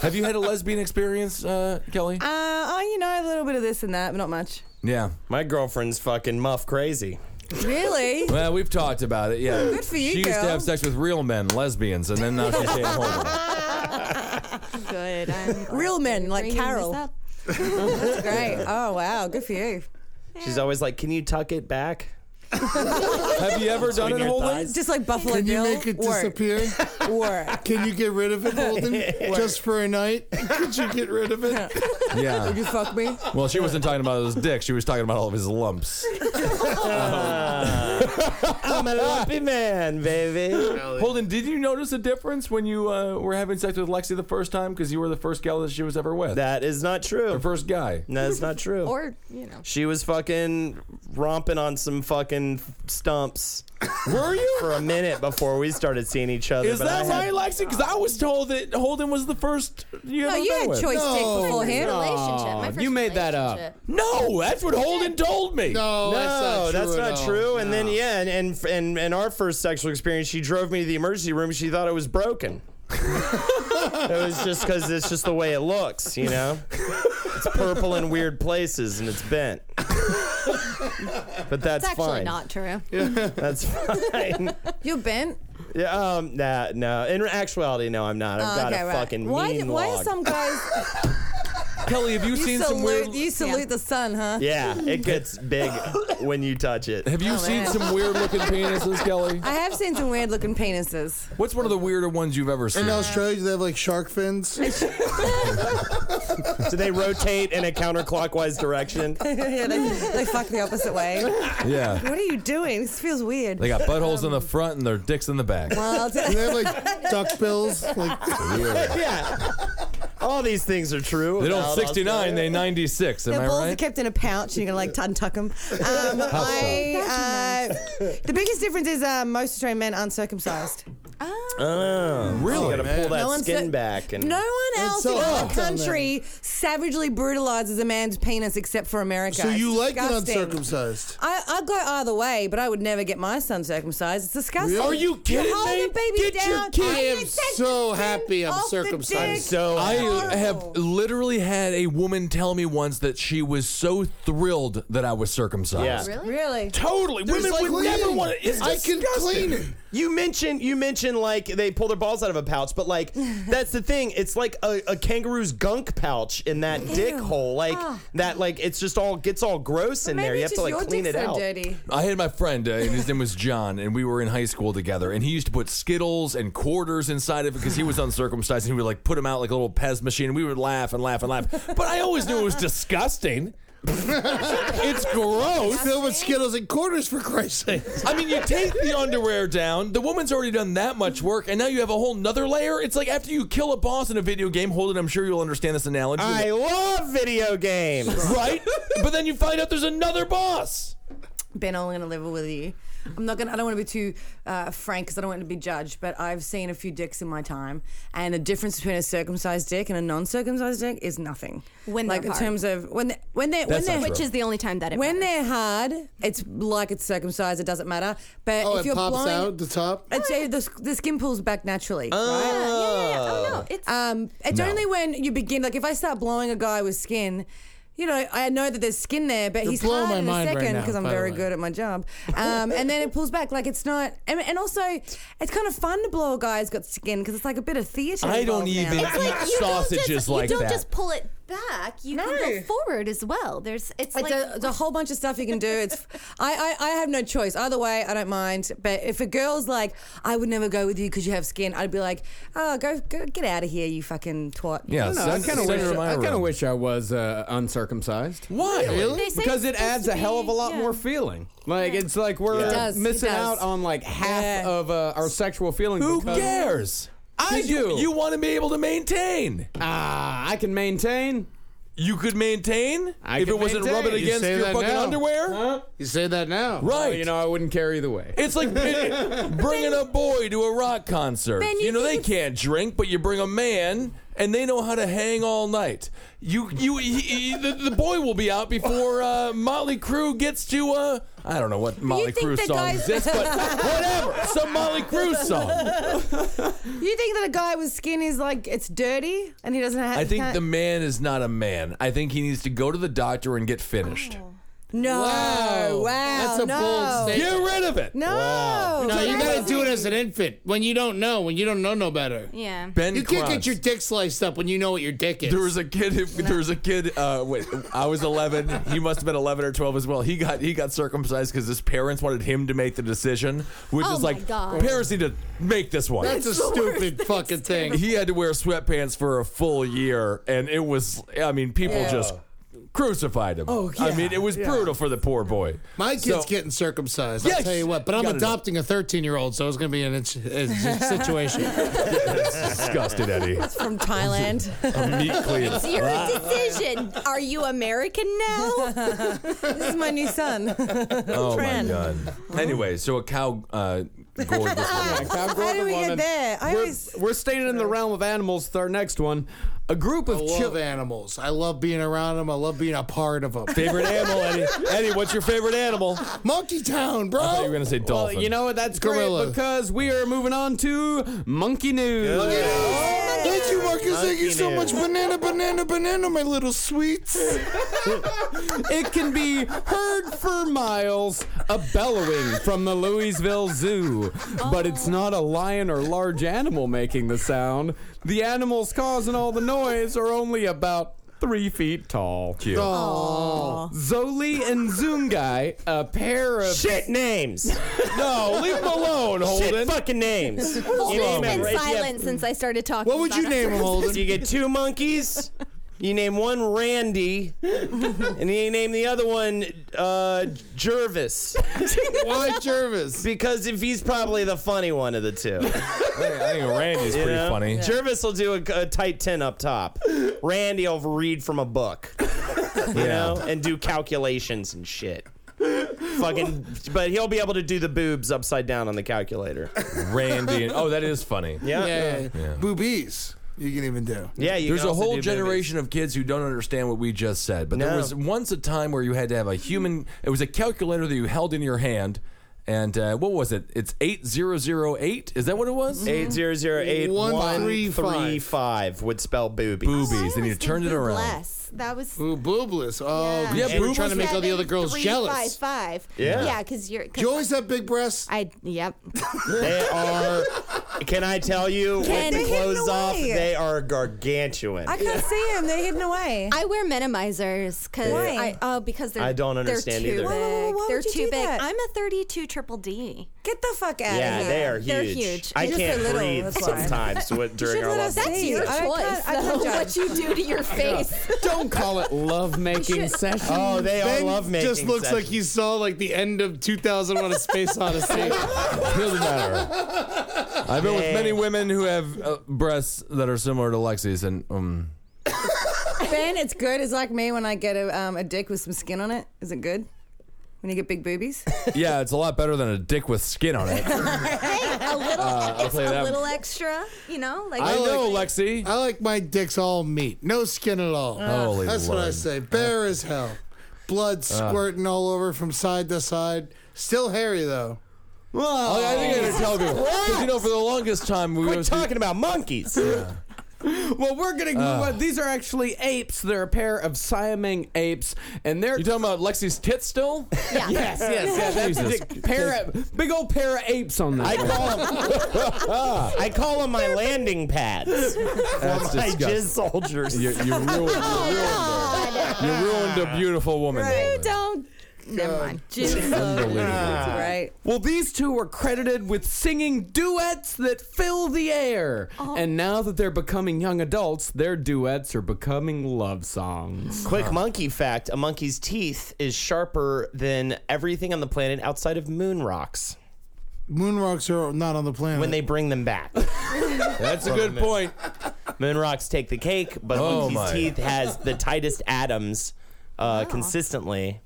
H: Have you had a lesbian experience, uh, Kelly?
J: Uh, oh, you know, a little bit of this and that, but not much.
H: Yeah.
I: My girlfriend's fucking muff crazy.
J: Really?
H: Well, we've talked about it. Yeah. Good
J: for you,
H: She used to
J: girl.
H: have sex with real men, lesbians, and then now she's staying home.
J: [LAUGHS]
A: Good. I'm glad
J: Real men
A: you're
J: like
A: bringing this
J: Carol.
A: up.
J: Great. Oh, wow. Good for you.
I: She's always like, "Can you tuck it back?"
H: Have you ever done it,
I: your
H: Holden?
I: thighs.
J: It's just like Buffalo
K: Can you
J: Bill.
K: make it
J: work,
K: disappear?
J: [LAUGHS] Work.
K: Can you get rid of it,
H: [LAUGHS]
K: Holden? just for a night? [LAUGHS] Could you get rid of it? [LAUGHS]
H: Yeah.
J: You fuck me?
H: Well, she wasn't talking about his dick. She was talking about all of his lumps.
I: [LAUGHS]
H: [LAUGHS]
I: I'm a lumpy man, baby.
H: Holden, did you notice a difference when you uh, were having sex with Lexi the first time? Because you were the first gal that she was ever with.
I: That is not true.
H: the first guy.
I: That's not true.
A: Or, you know.
I: She was fucking romping on some fucking stumps. Were you? For a minute before we started seeing each other.
H: Is
I: but I
H: that
I: had-
H: right, Lexi? Because I was told that Holden was the first you
J: No,
H: ever
J: you
H: been
J: had
H: with.
J: choice dick
K: No.
J: beforehand.
A: Relationship. My first
C: you made that up.
A: relationship.
H: No, that's what Holden told me.
K: No,
I: No, that's
K: at
I: not
K: all.
I: true. And
K: No.
I: then yeah, and, and and and our first sexual experience, she drove me to the emergency room. She thought it was broken. it was just because it's just the way it looks, you know. It's purple in weird places and it's bent. But that's
A: It's actually
I: fine.
A: not true.
I: That's fine.
J: You're bent.
I: Yeah, um, nah, no. In actuality, no, I'm not. I've
J: Oh,
I: got
J: okay,
I: a
J: right.
I: fucking
J: why,
I: mean
J: why
I: log.
J: are some guys
I: [LAUGHS]
H: Kelly, have you,
J: you
H: seen
J: salute,
H: some weird?
J: you salute
A: Yeah.
J: the sun, huh?
I: Yeah,
J: [LAUGHS]
I: it gets big when you touch it.
H: Have you seen
J: Oh, man.
H: some weird
J: [LAUGHS]
H: looking penises, Kelly?
J: I have seen some weird looking
I: [LAUGHS]
J: penises. [LAUGHS]
H: What's one of the weirder ones you've ever seen?
K: In Australia, they have like shark fins.
I: Do they rotate in a counterclockwise direction?
J: yeah, they, they fuck the opposite way.
H: Yeah.
J: What are you doing? This feels weird.
H: They got buttholes in the front and their dicks in the back.
J: [LAUGHS] Well,
K: Do they have like duck bills? Like
I: yeah. All these things are true.
H: They don't
I: about
H: 69, they 96. Am
J: Their
H: I
J: balls
H: right?
J: are kept in a pouch, and you're gonna like untuck
I: [LAUGHS]
J: them. Um,
H: How so?
J: I, uh, the biggest difference is uh, most Australian men aren't circumcised.
I: Oh,
H: really?
I: You gotta pull that
J: No one's
I: skin
J: so-
I: back and
J: No one else
K: so
J: in our
K: awesome.
J: country savagely brutalizes a man's penis except for America.
K: so
J: It's
K: you like it
J: disgusting.
K: uncircumcised?
J: I, I'd go either way, but I would never get my son circumcised. It's disgusting.
K: Really? Are you
H: kidding
J: hold
H: me?
J: the baby
H: Get your
J: down.
H: kid-
K: I am
J: Take the
K: so
J: skin
K: happy I'm
J: off the dick.
K: circumcised.
I: so
H: I
J: Horrible.
H: have literally had a woman tell me once that she was so thrilled that I was circumcised.
I: Yeah.
J: Really?
H: Totally. Women
K: It's like
H: would never
K: cleaning.
H: want to. It's
K: I
H: disgusting.
K: can clean it.
I: You mentioned you mentioned like they pull their balls out of a pouch,
J: [LAUGHS]
I: but like that's the thing. It's like a, a kangaroo's gunk pouch in that dick hole, like
J: Ah.
I: that. Like it's just all gets all gross in
J: Maybe
I: there. You have
J: just
I: to like
J: your
I: clean it
J: dick's so
I: out.
J: dirty.
H: I had my friend, uh, and his name was John, and we were in high school together. And he used to put Skittles and quarters inside of it because he was uncircumcised. And he would like put them out like a little Pez machine, and we would laugh and laugh and laugh. But I always knew it was disgusting. [LAUGHS] it's gross.
K: Oh, Filled with Skittles and quarters for Christ's sake.
H: I mean, you take the underwear down. The woman's already done that much work, and now you have a whole nother layer. It's like after you kill a boss in a video game. Hold it, I'm sure you'll understand this analogy.
I: I love video
K: [LAUGHS]
I: games.
C: [LAUGHS]
H: right? but then you find out there's another boss.
J: Ben, I'm gonna level with you. I'm not gonna. I don't want to be too uh, frank because I don't want to be judged. But I've seen a few dicks in my time, and the difference between a circumcised dick and a non-circumcised dick is nothing.
A: When
J: like
A: they're
J: in
A: hard.
J: terms of when they, when they
H: That's not
J: when they
H: true.
A: Which is the only time that it
J: when
A: matters.
J: they're hard, it's like it's circumcised. It doesn't matter. But
K: Oh,
J: if
K: it
J: you're
K: pops
J: blowing,
K: out the top.
J: It's, uh, the, the skin pulls back naturally, right?
A: Yeah, yeah, yeah. Oh, no. It's,
J: Um, it's only when you begin. Like if I start blowing a guy with skin, you know, I know that there's skin there, but he's
G: blowing
J: hard
G: my
J: in a
G: mind right
J: second
G: now,
J: because I'm
G: by the
J: very
G: way.
J: good at my job. Um, and then it pulls back. Like it's not. And, and also, it's kind of fun to blow a guy who's got skin because it's like a bit of theater.
H: I don't
J: involved
H: even-
J: Now.
H: It's like- eat sausages
A: don't just,
H: like
A: you don't
H: that.
A: just pull it back. You
J: No.
A: can go forward as well. There's it's
J: Like,
A: like
J: there's there's a whole bunch of stuff you can do. It's I, I I have no choice. Either way, I don't mind. But if a girl's like, I would never go with you because you have skin, I'd be like, oh, go, go get out of here, you fucking twat.
H: Yeah,
C: No, I
H: send-
C: kind of
H: send her
C: wish
H: to my
C: I kind of
H: room.
C: wish I was uh, uncircumcised.
H: Why?
A: They say
C: Because
A: it's
C: it adds a
A: supposed to
C: hell of a
A: be-
C: lot
A: yeah.
C: more feeling. Like it's like we're
J: It does, it
C: missing out
J: does.
C: on like half
J: Yeah.
C: of uh, our sexual feelings.
H: Who
C: because-
H: cares?
C: I do.
H: You, want to be able to maintain.
C: Ah, I can maintain.
H: You could maintain
C: I
H: if
C: could
H: it wasn't
C: maintain.
H: rubbing
C: You
H: against
K: say
H: your
K: that
H: fucking
K: now.
H: underwear.
K: You say that now.
H: Right.
C: Well, you know, I wouldn't care either way.
H: It's
K: [LAUGHS]
H: like bringing a boy to a rock concert.
J: Ben,
H: you,
J: you
H: know they
J: think-
H: can't drink, but you bring a man, and they know how to hang all night. You, you, he, he- the, the boy will be out before uh, Motley Crue gets to. Uh, I don't know what Motley
J: think
H: Crue
J: the
H: song
J: guys-
H: is, but whatever, some Motley Crue song.
J: You think that a guy with skin is like it's dirty and he doesn't have?
H: I think
J: [LAUGHS] can't-
H: the man is not a man. I think he needs to go to the doctor and get finished.
J: Oh. no. Wow,
K: Oh, That's a
J: no.
K: bold statement.
H: Get rid of it.
J: No,
K: No, you gotta
A: Crazy.
K: do it as an infant when you don't know, when you don't know no better.
A: yeah.
H: Ben
K: You can't
H: Krantz.
K: get your dick sliced up when you know what your dick is.
H: There was a kid. There was a kid. Uh, wait, I was 11. He must have been 11 or 12 as well. He got he got circumcised because his parents wanted him to make the decision, which
A: Oh
H: is
A: my
H: like
A: God.
H: parents need to make this one.
K: That's a stupid fucking thing.
H: he had to wear sweatpants for a full year, and it was. I mean, people just crucified him. Oh I mean, it was brutal for the poor boy.
K: My kid's
H: So-
K: getting circumcised.
H: Yes.
K: I'll tell you what, but I'm
H: Gotta know.
K: adopting a 13 year old, so it's going to be an ins- a
H: [LAUGHS]
K: situation.
H: disgusted, Eddie. [LAUGHS]
J: from Thailand.
H: A meat cleave.
A: It's your
H: Ah.
A: decision. Are you American
J: [LAUGHS]
A: now?
J: this is my new son.
H: Oh my
J: Trend.
H: god. Anyway, so a cow uh, gored this woman.
C: How
J: How do we get there? I
C: we're,
J: always-
C: we're staying in the realm of animals with our next one. A group
K: I
C: of
H: Oh,
K: love
C: children.
K: animals. I love being around them. I love being a part of them.
H: [LAUGHS] Favorite animal, Eddie. Eddie, what's your favorite animal? [LAUGHS]
K: Monkey Town, bro.
H: I thought you were gonna say dolphin.
C: you know what? That's
K: Gorilla.
C: great because we are moving on to monkey news. Oh,
K: Thank you, Marcus. Thank you so
I: Monkey
K: much. Banana, banana, banana, my little sweets.
C: It can be heard for miles, a bellowing from the Louisville Zoo. But it's not a lion or large animal making the sound. The animals causing all the noise are only about three feet tall.
H: Cute.
C: Zoli and Zungai, a pair of.
I: Shit names.
H: No, leave him alone,
I: Shit
H: Holden.
I: fucking names. You
A: It's
I: name
A: been
I: it right. If you have-
A: silent since I started talking.
K: What would you
A: about it.
K: name them, Holden?
I: You get two monkeys. You name one Randy, and you name the other one uh, Jervis.
H: Why Jervis?
I: Because if he's probably the funny one of the two.
H: I think Randy's pretty funny. Yeah.
I: Jervis will do a, a tight ten up top. Randy will read from a book, you know, and do calculations and shit. Fucking, but he'll be able to do the boobs upside down on the calculator.
H: Randy, and, oh, that is funny.
I: Yeah. Yeah.
K: Boobies. You can even do.
I: Yeah, you
H: there's
I: can
H: a
I: also
H: whole
I: do
H: generation of kids who don't understand what we just said. But there
I: No.
H: was once a time where you had to have a human. It was a calculator that you held in your hand, and uh, what was it? It's eight zero zero eight. Is that what it was?
I: Eight zero zero eight
K: One,
I: one
K: three,
I: three five would spell boobies.
H: Boobies. Then you turned it around.
A: Bless. That was
K: Ooh, boobless. Oh,
A: Yeah.
K: yeah,
H: Yeah,
K: you were
H: boobless.
K: trying to make all the other girls
A: Three,
K: jealous.
A: Five, five.
I: Yeah.
A: Yeah, because you're. Cause
K: You always have big breasts.
A: I yep.
I: They are. Can I tell you?
J: Can-
I: with
J: They're
I: the
J: hidden
I: clothes off,
J: away.
I: they are gargantuan.
J: I can't see them. They're hidden away.
A: I wear minimizers because I
J: Why?
A: oh because they're
I: I don't understand
A: they're too Big.
I: either. Why-
J: why- why would
A: they're
J: you
A: too
J: do
A: big.
J: that?
A: I'm a 32 triple D.
J: Get the fuck out
I: yeah,
J: of here.
I: they are huge.
A: They're huge.
I: I
J: They're just
I: can't
J: so little,
I: breathe
J: that's why.
I: sometimes with, during
J: should
I: our
J: let
I: love.
J: us see. Hey, I can't- I
A: [LAUGHS]
J: can't
A: though,
J: judge.
A: what you do to
J: [LAUGHS]
A: your face.
C: Don't call it love making session.
I: Oh, they all
K: Ben
I: love making.
K: just looks like he saw like the end of 2001: A Space Odyssey.
H: Doesn't matter. I've been with
I: Yeah.
H: many women who have uh, breasts that are similar to Lexi's, and um,
J: Ben, it's good. It's like me when I get a, um, a dick with some skin on it. Is it good? When you get big boobies?
H: yeah, it's a lot better than a dick with skin on
A: [LAUGHS]
H: it. Uh,
A: a little,
H: I'll play
A: a
H: that.
A: little extra, you know, like
H: I know, Lexi.
K: [LAUGHS] I like my dicks all meat, no skin at all.
H: Holy
K: That's what I
H: Lord.
K: say. Bare as hell, blood squirting all over from side to side. Still hairy though. Uh,
H: Oh, I think I gotta tell people. 'Cause, you know, for the longest time we
I: We're
H: was
I: [LAUGHS] talking about monkeys.
H: [LAUGHS]
C: Well, we're gonna
H: uh,
C: move on. These are actually apes. They're a pair of Siamese apes, and they're
H: You talking about Lexi's tits still?
A: yeah.
C: [LAUGHS] yes, yes, yeah. That's a
H: Jesus.
C: dick- pair of, big old pair of apes on
I: I
C: that. one.
I: call them. [LAUGHS] I call them my landing
H: That's
I: pads. My jizz
H: disgusting.
I: soldiers.
H: You, you
C: [LAUGHS]
H: ruined, you ruined,
C: Oh,
H: her. you ruined a beautiful woman.
A: You don't. Never mind.
J: Jim's
H: Unbelievable.
J: right.
C: Well, these two were credited with singing duets that fill the air, and now that they're becoming young adults, their duets are becoming love songs.
I: [LAUGHS] Quick monkey fact: A monkey's teeth is sharper than everything on the planet outside of moon rocks.
K: Moon rocks are not on the planet.
I: When they bring them back,
H: That's a good point.
I: moon rocks take the cake, but a
H: Oh,
I: monkey's
H: my.
I: teeth has the tightest atoms uh, consistently.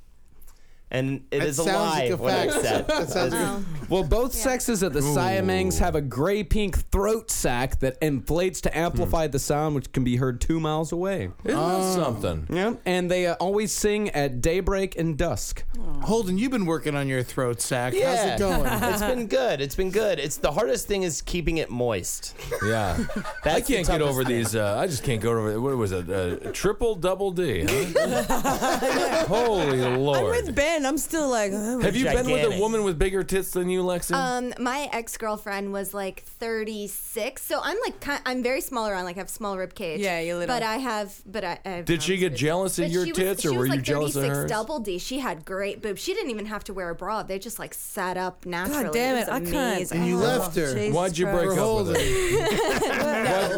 I: And it
K: That
I: is a
K: sounds
I: lie
K: like a
I: what it
K: fact.
I: said.
K: That sounds like-
C: Well, both sexes of the Siamangs have a gray pink throat sac that inflates to amplify the sound, which can be heard two miles away.
H: Hmm. Isn't
C: Oh.
H: that something?
C: Yeah, and they uh, always sing at daybreak and dusk.
K: Holden, you've been working on your throat sack. How's
I: Yeah.
C: [LAUGHS]
K: it going?
I: it's been good. It's been good. It's the hardest thing is keeping it moist.
H: [LAUGHS] Yeah.
I: That's
H: I can't
I: the
H: get
I: toughest
H: over
I: thing.
H: these. Uh, I just can't get over. What was it? Uh, triple double D.
A: [LAUGHS]
H: huh? Holy
J: I'm
H: lord.
J: with Ben. I'm still like, oh,
H: Have you been with
I: Gigantic.
H: a woman with bigger tits than you, Lexi?
A: Um, my ex girlfriend was like 36, so I'm like ki I'm very small around, like I have small rib cage.
J: Yeah, you're little.
A: But I have, but I. I
H: Did she get jealous of
A: But
H: your
A: she was-
H: tits,
A: she
H: or
A: was
H: were you
A: like
H: jealous of
A: 36
H: hers?
A: Double D. She had great boobs. She didn't even have to wear a bra. They just like sat up naturally.
J: God damn it.
A: was
J: I can't.
A: amazing.
K: And you
J: Oh,
K: left her.
J: Jesus
H: Why'd you break
J: Christ.
K: We're
H: up with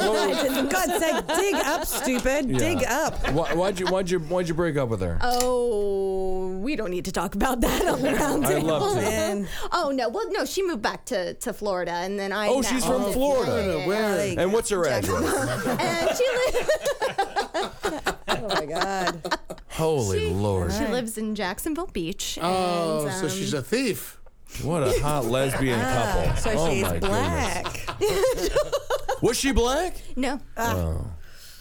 K: holding.
H: her?
J: For God's sake, dig up, stupid. Dig up.
H: Why, why'd you why'd you why'd you break up with her?
A: Oh, we don't need to talk about that
H: [LAUGHS]
A: on the roundtable.
H: I'd love to.
J: Man.
A: Oh no, well no, she moved back to, to Florida, and then I.
H: Oh,
A: met-
H: she's from
A: Oh,
H: Florida.
A: yeah,
K: Where?
A: yeah.
H: and what's her address?
A: and she, li-
J: Oh my God.
H: [LAUGHS] Holy lord!
A: she lives in Jacksonville Beach.
K: Oh,
A: and, um,
K: so she's a thief. Ah,
H: What a hot lesbian couple.
J: So
H: oh
J: she's
H: my
J: black.
H: goodness. Was she black?
A: no,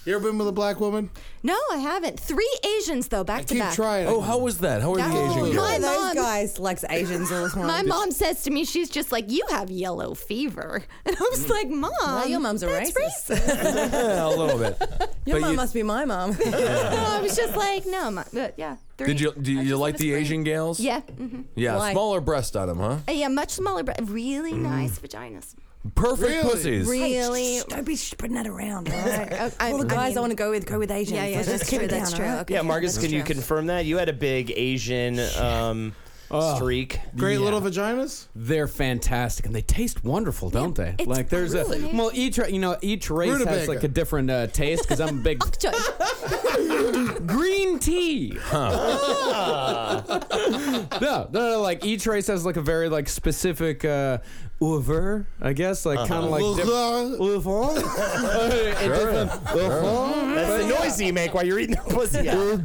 K: You ever been with a black woman?
A: no, I haven't. Three Asians though, back to
K: Keep
A: back.
K: trying.
H: Oh, how was that? How are the
A: That was
H: Asian
A: my
J: Why
H: girls?
J: those
A: mom-
J: guys likes Asians all the time.
A: My mom says to me, she's just like, "You have yellow fever," [LAUGHS] and I
K: Mm.
A: was like, "Mom,
J: Well, your mom's a
A: that's
J: racist." [LAUGHS]
A: [LAUGHS]
H: [LAUGHS] Yeah, a little bit.
J: Your
H: But
J: mom
H: you-
J: must be my [LAUGHS] mom.
A: I was just like, "No, mom, uh, yeah." Three.
H: Did you do
A: I
H: you
A: just
H: like
A: have a
H: the
A: spring.
H: Asian gals?
A: Yeah, hmm
H: Yeah,
J: Why?
H: smaller breast on them, huh?
A: yeah, much smaller, but really
K: Mm.
A: nice vaginas.
H: Perfect
K: Really?
H: pussies.
A: Really,
J: Don't be spreading that around. All,
A: I- I-
J: all the
A: I
J: guys I,
A: mean-
J: want to go with go with Asians.
A: yeah, yeah,
J: Let's just
A: that's
J: keep
A: true.
J: it
A: That's
J: down,
A: true.
J: all right?
A: Okay,
I: Yeah, Marcus,
A: that's
I: can you
A: true.
I: confirm that? You had a big Asian um,
C: Oh.
I: streak.
C: Great little
K: vaginas.
C: They're fantastic and they taste wonderful, don't they?
A: it's
C: like there's
A: really-
C: a well, each you know each race has
G: Rutabaga.
C: like a different uh, taste because I'm a
A: [LAUGHS]
C: big [LAUGHS] green tea.
I: Uh,
C: no, no, no, like each race has like a very like specific uh oeuvre, I guess, like kind of like
K: Uh-huh.
C: diff-
K: uh,
H: [LAUGHS]
C: oeuvre. It different- oeuvre.
I: That's the noise you make while you're eating the pussy. out.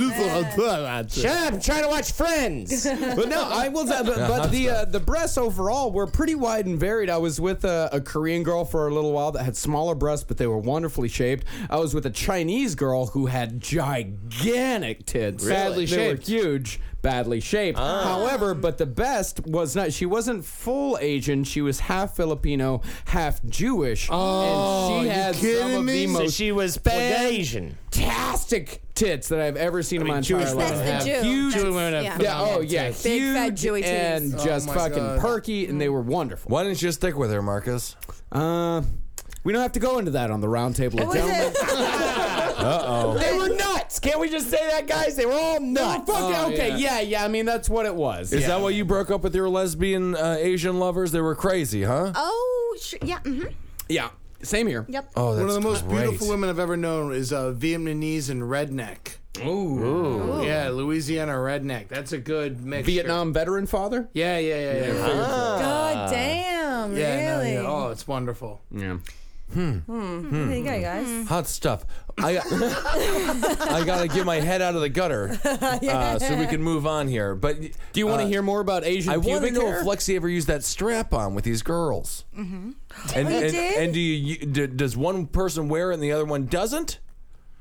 K: [LAUGHS]
I: Shut up! I'm trying to watch Friends.
C: [LAUGHS] but no, I will. Say, but, but the uh, the breasts overall were pretty wide and varied. I was with a, a Korean girl for a little while that had smaller breasts, but they were wonderfully shaped. I was with a Chinese girl who had gigantic tits, badly
G: They were
C: shaped, huge, badly shaped.
K: Ah.
C: However, but the best was not. She wasn't full Asian. She was half Filipino, half Jewish, and
K: Oh,
C: she
K: you
C: had
K: kidding
C: some of the
K: me?
C: most
I: so she was Asian.
C: fantastic tits that I've ever seen in my entire
I: Jewish
C: life.
A: women That's the have- Jew.
C: Huge
A: Jewish
C: women
A: women
C: have
A: have
C: yeah.
A: phenomenal
C: Oh yeah,
A: tits. Big, fat
C: huge
A: Jewy titties.
C: and
K: Oh
C: just
K: my
C: fucking
K: God.
C: perky, and they were wonderful.
H: Why didn't you stick with her, Marcus?
C: Uh, we don't have to go into that on the round table of
J: What was
C: gentlemen.
J: it?
I: They were nuts. Can't we just say that, guys? They were all
C: No,
I: nuts.
C: fuck it,
K: Oh,
C: okay, yeah.
K: yeah.
C: yeah, I mean, that's what it was.
H: Is
C: Yeah.
H: that why you broke up with your lesbian uh, Asian lovers? They were crazy, huh?
A: Oh, sure. yeah. Mm-hmm.
C: yeah, same here.
A: Yep.
H: Oh, that's
K: One of the most
H: great.
K: beautiful women I've ever known is uh, Vietnamese and redneck.
C: Ooh.
K: Yeah, Louisiana redneck. That's a good mix.
C: Vietnam veteran father.
K: Yeah, yeah, yeah, yeah. Yeah,
H: Ah.
J: Oh,
A: Ah.
J: God damn,
K: yeah, no,
J: really?
K: yeah. Oh, it's wonderful.
C: Yeah.
A: Mm.
J: There you go, guys.
H: Hot stuff. I I gotta get my head out of the gutter uh, so we can move on here. But
C: Do you want to
H: uh,
C: hear more about Asian
H: I want to
C: pubic
H: know
C: hair?
H: if Lexi ever used that strap on with these girls. Mm-hmm. And,
J: You
H: and,
J: did?
H: and do you, you do, does one person wear it and the other one doesn't?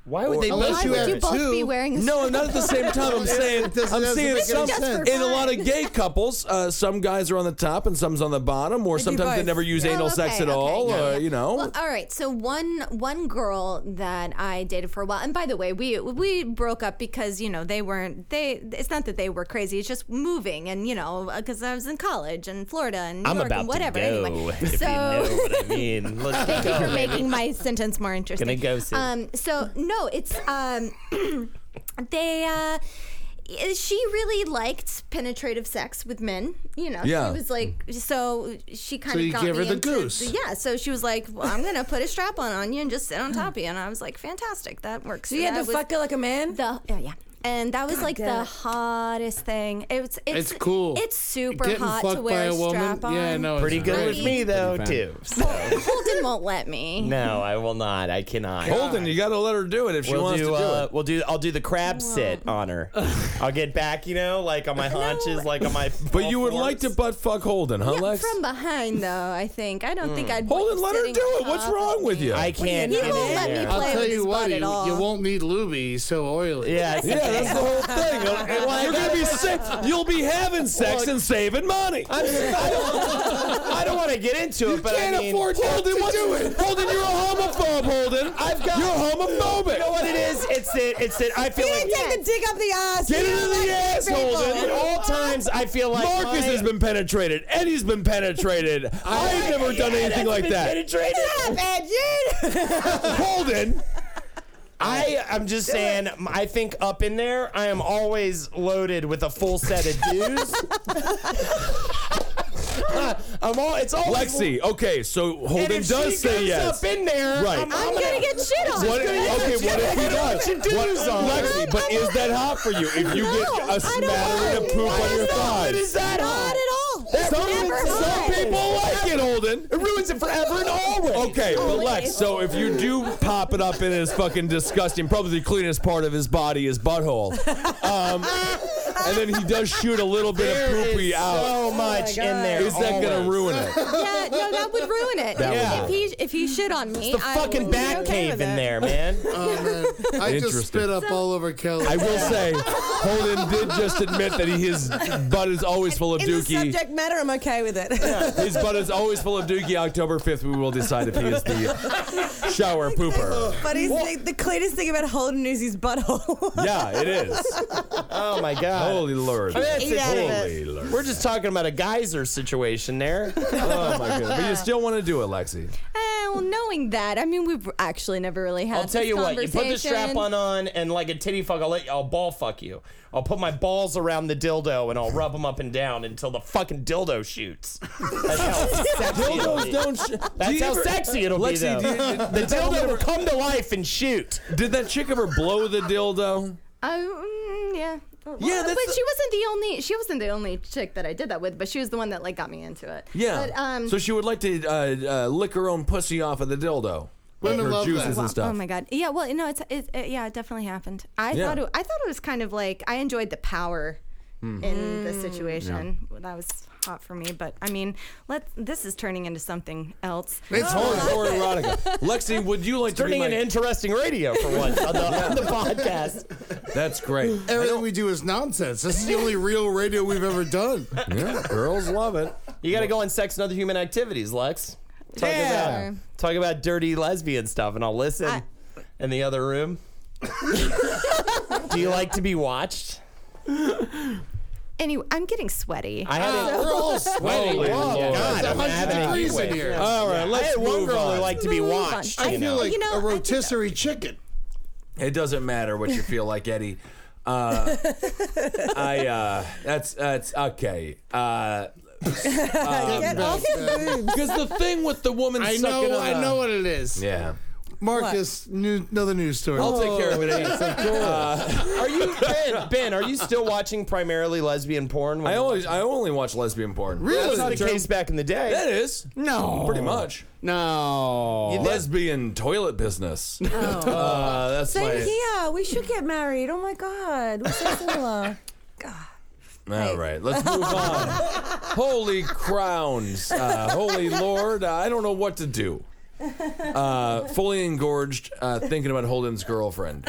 I: Why would they
A: Why
I: both
K: Unless you
A: would
I: wear
K: have
A: you
I: it?
A: both
K: two.
A: be wearing a
H: No, not at the same time. I'm saying
K: It doesn't-
H: I'm
K: doesn't
H: saying
K: make
H: some
K: any
A: Just for
H: in a lot
A: fun.
H: of gay couples, uh, some guys are on the top and some's on the bottom, or
J: do
H: sometimes they
J: both.
H: never use
A: Oh,
H: anal sex
A: okay,
H: at
A: okay,
H: all,
A: yeah,
H: or
A: yeah.
H: you know.
A: Well, all right. So one one girl that I dated for a while, and by the way, we we broke up because you know they weren't they. It's not that they were crazy. It's just moving, and you know because I was in college in Florida and New
I: I'm
A: York
I: about
A: and whatever.
I: to go.
A: Anyway,
I: [LAUGHS] If you know
A: so
I: what
A: [LAUGHS]
I: I mean. Let's
A: thank you
I: go.
A: for making my sentence more interesting.
I: Gonna go soon.
A: Um. So no, it's um. [CLEARS THROAT] they uh i- she really liked penetrative sex with men you know
H: Yeah.
A: she was like so she kind
K: So
A: of
K: you
A: got
K: gave her
A: me
K: the
A: into-
K: goose.
A: yeah so she was like well, i'm gonna put a strap on on you and just sit on top of you and i was like fantastic that works
J: So you had
A: That
J: to
A: was
J: fuck it like a man?
A: the oh, yeah and that was like
J: damn
A: the
J: it.
A: hottest thing it's it's,
K: It's cool.
A: it's super
K: Getting
A: hot
K: fucked
A: to wear
K: by a woman.
A: strap on
K: Yeah, no, it's
I: Pretty good
K: great.
I: with me though,
C: Pretty
I: too.
A: holden won't let
K: [LAUGHS]
A: me
I: No, I will not. I cannot.
H: Holden, you got to let her do it if she
I: We'll
H: wants
I: do,
H: to do
I: uh,
H: it.
I: we'll do. I'll do the crab sit on her. I'll get back, you know,
A: [LAUGHS]
I: like on my haunches, like on my.
H: But
I: all
H: you would like to
I: fours.
H: butt fuck Holden, huh,
A: Yeah,
H: Lex?
A: from behind though i think i don't think i'd
H: Holden,
A: want
H: let her
A: sitting
H: do
A: on
H: it. What's
A: top
H: wrong
A: of
H: with
A: me.
H: you?
I: I can't.
A: He
I: get
A: won't
I: in
A: let me
I: there.
A: play
K: I'll tell
A: with his
K: you
A: butt
K: what, you,
A: at all.
K: you won't need Luby. He's so oily.
I: Yeah, it's-
H: [LAUGHS] Yeah, that's the whole
A: [LAUGHS]
H: thing. You're gonna be sick. You'll be having sex and saving money.
I: I don't want to get into it,
H: You
I: but
H: can't
I: I mean,
H: afford Holden, what you doing? Holden, you're a homophobe, Holden. I've got You're homophobic.
I: You know what it is? It's that. It's that. I feel
J: You
I: like
J: didn't take the dick up the ass.
H: Get
J: You
H: it in
J: let
H: the ass,
J: people-
I: at
H: Holden.
I: all times I feel like
H: Marcus
I: my-
H: has been penetrated. Eddie's been penetrated. I've never done
I: Yeah,
H: anything
I: that's
H: like
I: been
H: that.
I: Penetrated.
J: Stop it, dude.
H: Holden.
I: I I'm just saying. I think up in there, I am always loaded with a full set of dudes. Uh, I'm all. It's all
H: Lexi, okay, so
I: And
H: Holden
I: if she
H: does say
I: goes
H: yes.
I: up in there,
H: Right.
I: I'm,
H: I'm
I: I'm
J: gonna
I: gonna
J: get shit on.
H: What, okay, what
I: [LAUGHS]
H: if he does?
I: dudes
H: What,
I: on.
H: Lexi, but is that hot for you? If you get a smattering of poop on your thighs,
I: that
J: Not at all.
H: some,
J: never
H: some
J: hot.
H: people like it, Holden.
I: It ruins it forever and always.
H: Okay, but Lex, so if you do pop it up in his fucking disgusting, probably the cleanest part of his body is butthole, um, and then he does shoot a little bit of poopy out,
I: So much
J: Oh
I: in there.
H: is that gonna
I: always.
H: ruin it?
A: Yeah, no, that would ruin it.
H: That
A: If-
H: would.
A: If he if he shit on me,
I: The
A: I
I: fucking
A: wouldn't be
I: bat
A: okay
I: cave
A: with
I: in
A: it.
I: there, man.
H: [LAUGHS]
K: Oh, man. I just
H: Interesting.
K: spit up all over Kelly.
H: I will say, Holden did just admit that he, his butt is always full of
J: In the
H: dookie.
J: subject matter, I'm okay with it. [LAUGHS]
H: His butt is always full of dookie. October 5th, we will decide if he is the shower pooper.
J: But he's the, the cleanest thing about Holden is his butthole. [LAUGHS]
H: Yeah, it is.
I: [LAUGHS] Oh my god.
H: Holy Lord.
I: I mean, that's
J: Eat
I: it.
J: out of
H: Holy Lord.
I: We're just talking about a geyser situation there.
H: Oh, my goodness. But you still want to do it, Lexi.
A: Oh, knowing knowing that, I mean, we've actually never really had.
L: I'll tell
A: this
L: you what. You put the
A: conversation.
L: strap on on and like a titty fuck. I'll let you, I'll ball fuck you. I'll put my balls around the dildo and I'll rub them up and down until the fucking dildo shoots. That's
H: [LAUGHS]
L: how sexy it'll be.
H: Dildos don't. Sh-
L: That's
H: Do you
L: how
H: ever-
L: sexy it'll be, though.
H: Lexi, do
L: [LAUGHS]
H: you- did-
L: the
H: did that
L: dildo
H: woman
L: will
H: ever-
L: come to life and shoot.
H: Did that chick ever blow the dildo?
A: Um, yeah.
H: Yeah,
A: but
H: that's the-
A: she wasn't the only. She wasn't the only chick that I did that with, but she was the one that like got me into it.
H: Yeah.
A: But, um,
H: so she would like to uh, uh, lick her own pussy off of the dildo.
A: Women
H: like her
A: love
H: juices
A: that.
H: and stuff.
A: Oh my god. Yeah. Well, no, it's it, it, yeah, it definitely happened. I
H: Yeah.
A: thought it, I thought it was kind of like I enjoyed the power
H: Hmm.
A: in the situation. That was hot for me, but I mean, let this is turning into something else.
H: It's horror, horror erotica. Lexi, would you like to
L: turning
H: be like,
L: into interesting radio for once
H: [LAUGHS]
L: on the, on the podcast.
H: That's great.
K: Everything we do is nonsense. This is the only real radio we've ever done.
H: Yeah, girls love it.
L: You got to go on sex and other human activities, Lex. Talk
A: Yeah.
L: about talk about dirty lesbian stuff, and I'll listen. in the other
H: [LAUGHS]
L: room. Do you like to be watched?
A: Anyway, I'm getting sweaty.
L: I had a-
A: So-
L: We're all sweaty. Whoa, God, I'm having a heat wave. All right, let's move on. Move
K: [LAUGHS]
L: on.
K: I
H: you
K: feel
H: know.
K: like a rotisserie chicken.
H: It doesn't matter what you feel like, Eddie. Uh, I uh, that's that's okay. Uh,
K: Get off your boobs.
H: Because the thing with the woman,
K: I
H: sucking
K: know,
H: on
K: I
H: a-
K: know what it is.
H: Yeah.
K: Marcus, new, another news story.
H: I'll take care of it, Eddie.
L: Are you Ben? Ben, are you still watching primarily lesbian porn? when
H: I
L: you
H: always I only watch lesbian porn.
L: That was the case back in the day.
H: That is
K: Oh, no,
H: pretty much
K: no
H: lesbian toilet business. Uh, that's
J: Same
H: my
J: here. We should get married. Oh my god, we're
A: [LAUGHS]
J: so similar.
H: All right, let's move
C: [LAUGHS]
H: on. holy crowns, uh, holy lord! I don't know what to do. Uh, fully engorged, uh, thinking about Holden's girlfriend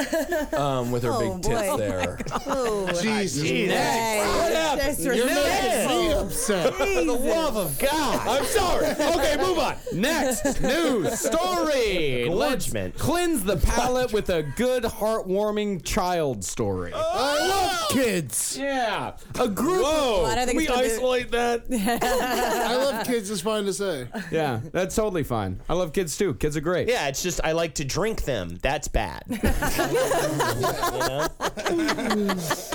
H: um, with her
D: Oh,
H: big tits
D: boy.
H: there.
D: Oh,
H: Jesus.
D: Jesus.
H: Hey,
D: What
H: that's
D: happened?
H: disrespectful.
D: You're making me
K: upset.
D: For the love
C: Oh,
L: of God.
H: I'm sorry. Okay, move on. Next news story. Let's
L: Engorgement.
C: Cleanse the palate with a good, heartwarming child story.
K: I love kids.
H: Oh. Yeah,
C: a group.
K: Whoa.
C: Of,
K: Can we isolate
H: that?
K: I love kids. It's fine to say.
C: yeah, that's totally fine. I love kids too. Kids are great.
L: Yeah, it's just I like to drink them. That's bad.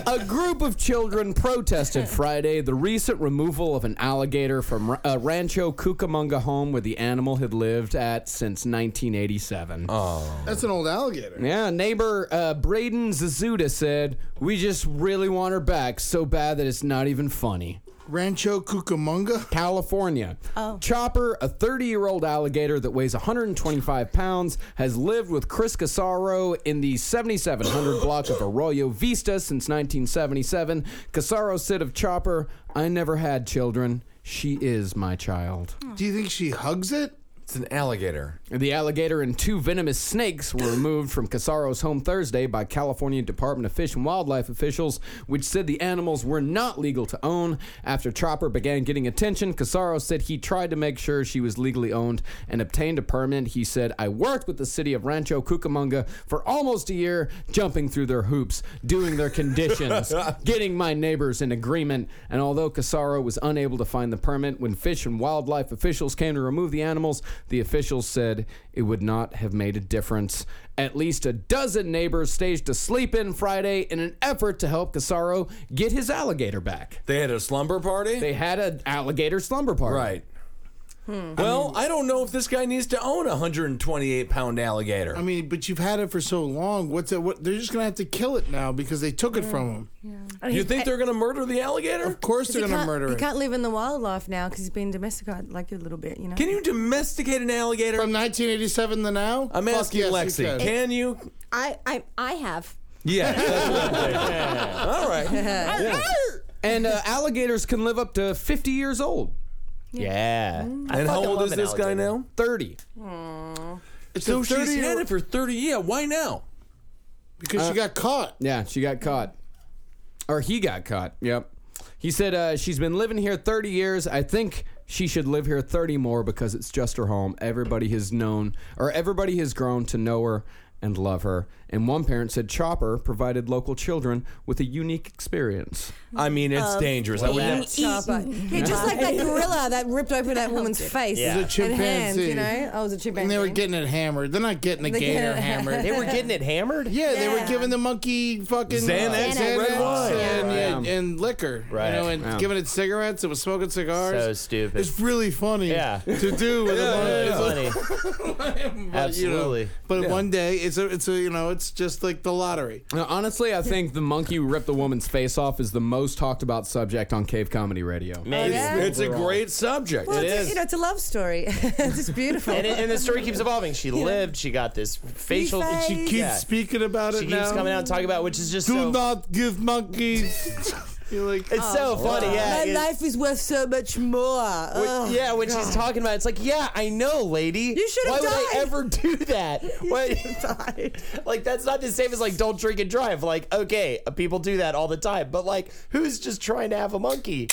C: A group of children protested Friday the recent removal of an alligator from a Rancho Cucamonga home where the animal had lived at since 1987. Oh.
K: That's an old alligator.
C: Yeah, neighbor uh, Braden Zazuda said, We just really want her back so bad that it's not even funny.
K: Rancho Cucamonga?
C: California. Oh. Chopper, a 30 year old alligator that weighs 125 pounds, has lived with Chris Casaro in the 7700 block of Arroyo Vista since 1977. Casaro said of Chopper, I never had children. She is my child.
K: Do you think she hugs it?
H: It's an alligator.
C: The alligator and two venomous snakes were removed from Casaro's home Thursday by California Department of Fish and Wildlife officials, which said the animals were not legal to own. After Chopper began getting attention, Casaro said he tried to make sure she was legally owned and obtained a permit. He said, I worked with the city of Rancho Cucamonga for almost a year, jumping through their hoops, doing their conditions, getting my neighbors in agreement. And although Casaro was unable to find the permit when fish and wildlife officials came to remove the animals, the officials said it would not have made a difference. At least a dozen neighbors staged a sleep in Friday in an effort to help Casaro get his alligator back.
H: They had a slumber party?
C: They had an alligator slumber party.
H: Right.
K: Hmm.
H: Well, I, don't know if this guy needs to own a 128 pound alligator.
K: I mean, but you've had it for so long. What's it? What, they're just gonna have to kill it now because they took it from him.
H: You think they're gonna murder the alligator? Of
K: course
J: He
K: they're gonna
J: can't-
K: murder
J: He
K: it.
J: can't live in the wildlife now because he's been domesticated like a little bit, you know.
H: Can you domesticate an alligator
K: from 1987 to now?
H: I'm
K: Fuck
H: asking
K: yes,
H: Lexi.
K: you can.
H: Can
K: [LAUGHS]
H: you?
A: I I I have.
H: Yeah.
K: [LAUGHS]
H: All right.
J: Uh,
H: Yeah.
C: And uh, alligators can live up to 50 years old.
L: Yeah.
H: And how old is this guy now?
C: 30.
K: It's
H: so
K: a
H: she's
K: 30-year-old
H: had it for 30 Yeah. Why now?
K: Because
H: Uh,
K: she got caught.
C: Yeah, she got caught. Or he got caught. Yep. He said uh, she's been living here 30 years. I think she should live here 30 more because it's just her home. Everybody has known, or everybody has grown to know her and love her. And one parent said Chopper provided local children with a unique experience.
H: I mean,
J: it's Of dangerous. I would being never- chopper. Yeah, just like that gorilla that ripped open that woman's face.
K: Yeah. It was a
J: And hands,
K: chimpanzee.
J: you know? I was a chimpanzee.
K: And they were getting it hammered. They're not getting a
J: [LAUGHS] They get
K: gator
J: it-
K: hammered.
J: They were getting
I: it hammered?
K: Yeah, they were giving the monkey fucking uh,
I: Xanax and red wine.
K: and, and,
I: Yeah.
K: and liquor.
I: Right.
K: You know, and
I: Yeah.
K: giving it cigarettes. It was smoking cigars.
I: So stupid.
K: It's really funny
I: Yeah.
K: to do
I: [LAUGHS]
K: with
I: Yeah, yeah,
K: a
I: yeah.
H: [LAUGHS]
K: But, you know,
I: Absolutely.
K: but
C: Yeah.
K: one day it's a it's a you know it's just like the lottery.
C: Now, honestly, I think the monkey who ripped the woman's face off is the most talked about subject on Cave Comedy Radio.
I: Maybe. It's- it's a great
H: subject.
J: Well, it's a- you know, it's a love story. [LAUGHS] it's just beautiful.
I: and, it, and the story keeps evolving. She lived. She got this facial.
J: And she keeps
K: speaking about
I: She keeps coming out and talking about, it, which is just
K: do
I: so. Oh,
K: not
I: [LAUGHS]
K: give monkeys. You're like
I: It's so funny, yeah.
J: My
I: it's-
J: life is worth so much more.
I: When-
J: Oh,
I: yeah, when
J: God.
I: she's talking about, it, it's like, yeah, I know, lady. You
J: should
I: Why
J: have
I: would I
J: died." [LAUGHS]
I: ever do that? Why [LAUGHS] died. Like that's not the same as like don't drink and drive. Like okay, people do that all the time, but like who's just trying to have a monkey?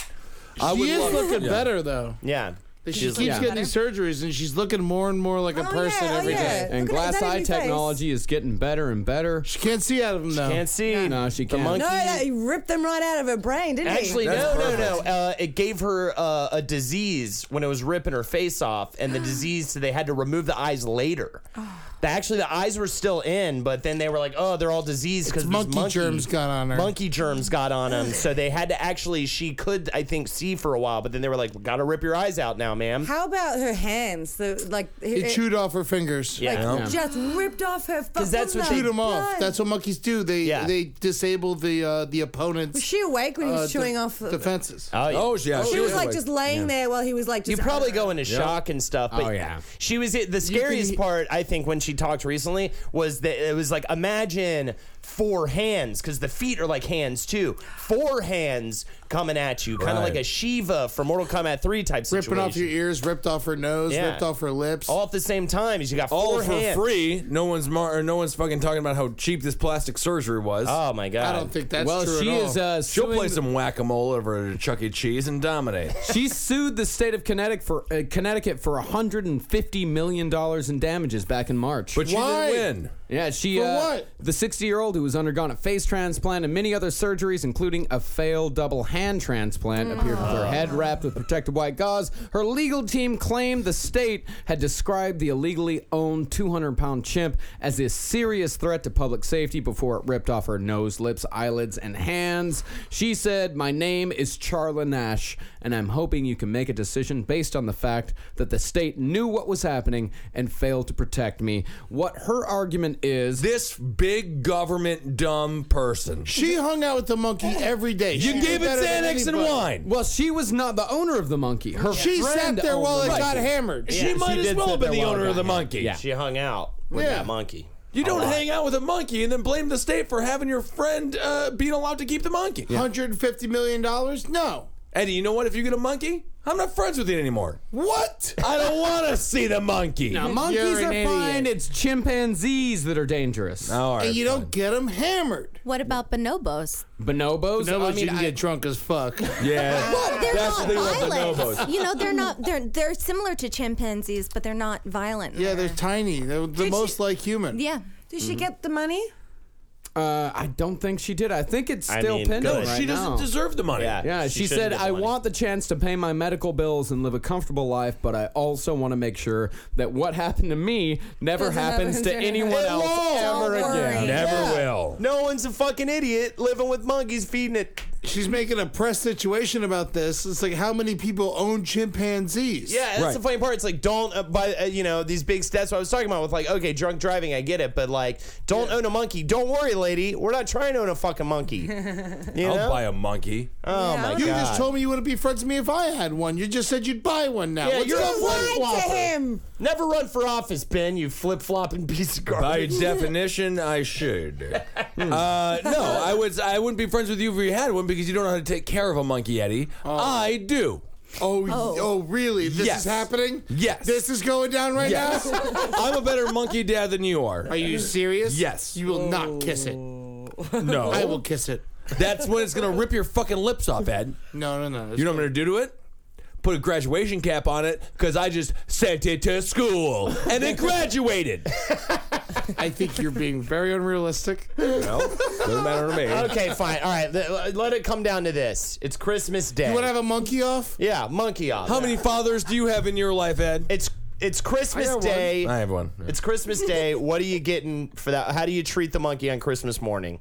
K: I she is
I: love-
K: looking
I: Yeah.
K: better though.
I: Yeah,
K: She
I: She's
K: keeps
I: looking
K: getting these surgeries, and she's looking more and more like a person
I: oh,
K: every day.
I: yeah.
C: And glass eye technology is getting better and better.
K: She can't see out of them though.
I: can't see.
C: No, she
I: The
C: can't.
I: monkey-
J: No, that, he ripped them right out of her brain, didn't
I: Actually,
J: he?
I: no, no, no, Uh, it gave her uh, a disease when it was ripping her face off, and
K: [GASPS]
I: the disease, so they had to remove the eyes later.
K: Oh.
I: The- actually, the eyes were still in, but then they were like, "Oh, they're all diseased because
K: monkey germs got on her.
I: Monkey germs got on them, so they had to actually. She could, I think, see for a while, but then they were like, "We "Gotta rip your eyes out now, ma'am."
J: How about her hands? The like
K: He
J: it-
K: chewed off her fingers.
I: Yeah. Yeah.
J: just ripped off her. Because
K: chewed them off. That's what monkeys do. They they disable the uh, the opponent's.
J: Was she awake when he was
K: uh,
J: chewing
K: de-
J: off?
K: defenses?
I: Oh, yeah. Oh, yeah,
J: She,
I: she
J: was
I: was
J: like
I: awake.
J: just laying
I: Yeah.
J: there while he was like.
I: You
J: Just,
I: probably go into
J: Yep.
I: shock and stuff. But
J: Oh, yeah.
I: She was the scariest part. I think when she talked recently was that it was like imagine four hands because the feet are like hands too. Four hands coming at you, kind of
K: Right.
I: like a Shiva from Mortal Kombat Three type situation.
K: Ripping off your ears, ripped off her nose,
I: Yeah.
K: ripped off her lips.
H: Oh,
I: all at the same time. You got four
H: All for
I: hands.
H: free. No one's mar- or no one's fucking talking about how cheap this plastic surgery was.
K: Ah.
I: Oh my god! I don't think that's
H: well,
I: true
H: She
I: at
H: is.
I: all.
H: Uh, She'll play
C: suing-
H: some whack a mole over at Chuck E. Cheese and dominate.
C: She sued the state of Connecticut for uh, Connecticut for 150 million dollars in damages back in March.
H: But she didn't Why? win.
C: Yeah, she.
H: For
C: uh,
H: what?
C: The 60-year-old who has undergone a face transplant and many other surgeries, including a failed double hand transplant, appeared with her head wrapped with protective white gauze. Her legal team claimed the state had described the illegally owned 200-pound chimp as a serious threat to public safety before it ripped off her nose, lips, eyelids, and hands. She said, "My name is Charla Nash, and I'm hoping you can make a decision based on the fact that the state knew what was happening and failed to protect me." What her argument is:
H: this big government dumb person.
K: She hung out with the monkey every day.
H: You
K: She
H: gave
K: did
H: it
K: better than
H: Xanax and
K: anybody.
H: wine.
C: Well, she was not the owner of the monkey. Her
K: She
C: friend
K: sat there
C: owned
K: while
C: the
K: it
C: monkey.
K: got hammered.
I: Yeah, she did sit there while it got hammered.
H: Yeah.
I: She hung out with
H: Yeah.
I: that monkey.
H: You don't
I: A lot.
H: hang out with a monkey and then blame the state for having your friend uh, being allowed to keep the monkey.
K: Hundred and fifty million dollars? No.
H: Eddie, you know what? If you get a monkey, I'm not friends with you anymore. What? I don't want to see the monkey.
C: Now, monkeys
H: You're an
C: are
H: idiot.
C: fine. It's chimpanzees that are dangerous.
H: All right.
K: and you don't get them hammered.
A: What about bonobos?
C: Bonobos.
K: Bonobos,
C: I mean,
K: you can
C: I-
K: get drunk as fuck.
H: Yeah.
K: [LAUGHS]
A: Well, they're
H: That's
A: not
H: the thing about
A: violent.
H: bonobos.
A: You know, they're not. They're they're similar to chimpanzees, but they're not violent.
K: Yeah, they're tiny. They're the most like human.
A: Yeah.
J: Did she get the money?
C: Uh, I don't think she did. I think it's
H: I
C: still
H: mean,
C: pending.
H: good. No,
C: right
H: she doesn't
C: now.
H: deserve the money.
C: Yeah,
H: Yeah,
C: she,
H: she shouldn't
C: said,
H: get the
C: "I
H: money."
C: want the chance to pay my medical bills and live a comfortable life, but I also want to make sure that what happened to me never
I: Doesn't
C: happens
I: happen
C: to
I: to
C: anyone
I: anyone
C: else
I: else. Don't
C: ever again.
I: worry. Never Yeah.
H: will.
I: No one's a fucking idiot living with monkeys feeding it.
K: She's making a press situation about this. It's like how many people own chimpanzees?
I: Yeah, that's the funny part. It's like don't uh, buy uh, you know these big. That's what I was talking about with like okay, drunk driving. I get it, but like don't own a monkey. Don't worry, lady. We're not trying to own a
H: [LAUGHS]
I: fucking monkey. You know?
H: I'll buy a monkey.
I: Oh my god!
K: You just told me you wouldn't be friends with me if I had one. You just said you'd buy one now.
I: Yeah,
K: What's
I: you're a
K: up with
I: lied to
K: Whopper?
I: him. Never run for office, Ben. You flip flopping piece of
H: By
I: garbage.
H: definition, I should. uh, no, I would. I wouldn't be friends with you if you had one because you don't know how to take care of a monkey, Eddie. I do.
K: Oh, oh, really? This
H: Yes.
K: is happening?
H: Yes.
K: This is going down right
H: Yes.
K: now?
H: I'm a better monkey dad than you are.
K: Are you serious?
H: Yes.
K: You will not kiss it.
H: No.
K: I will kiss it.
H: That's when it's gonna rip your fucking lips off, Ed.
K: No, no, no.
H: You know what I'm gonna do to it? Put a graduation cap on it because I just sent it to school and then graduated.
K: I think you're being very unrealistic.
I: No,
K: doesn't matter to me.
I: [LAUGHS] Okay, fine. All right, th- let it come down to this. It's Christmas Day.
K: You want to have a monkey off?
I: Yeah, monkey off.
H: How many fathers do you have in your life, Ed?
I: It's it's Christmas Day.
H: I have one.
I: It's Christmas Day. What are you getting for that? How do you treat the monkey on Christmas morning?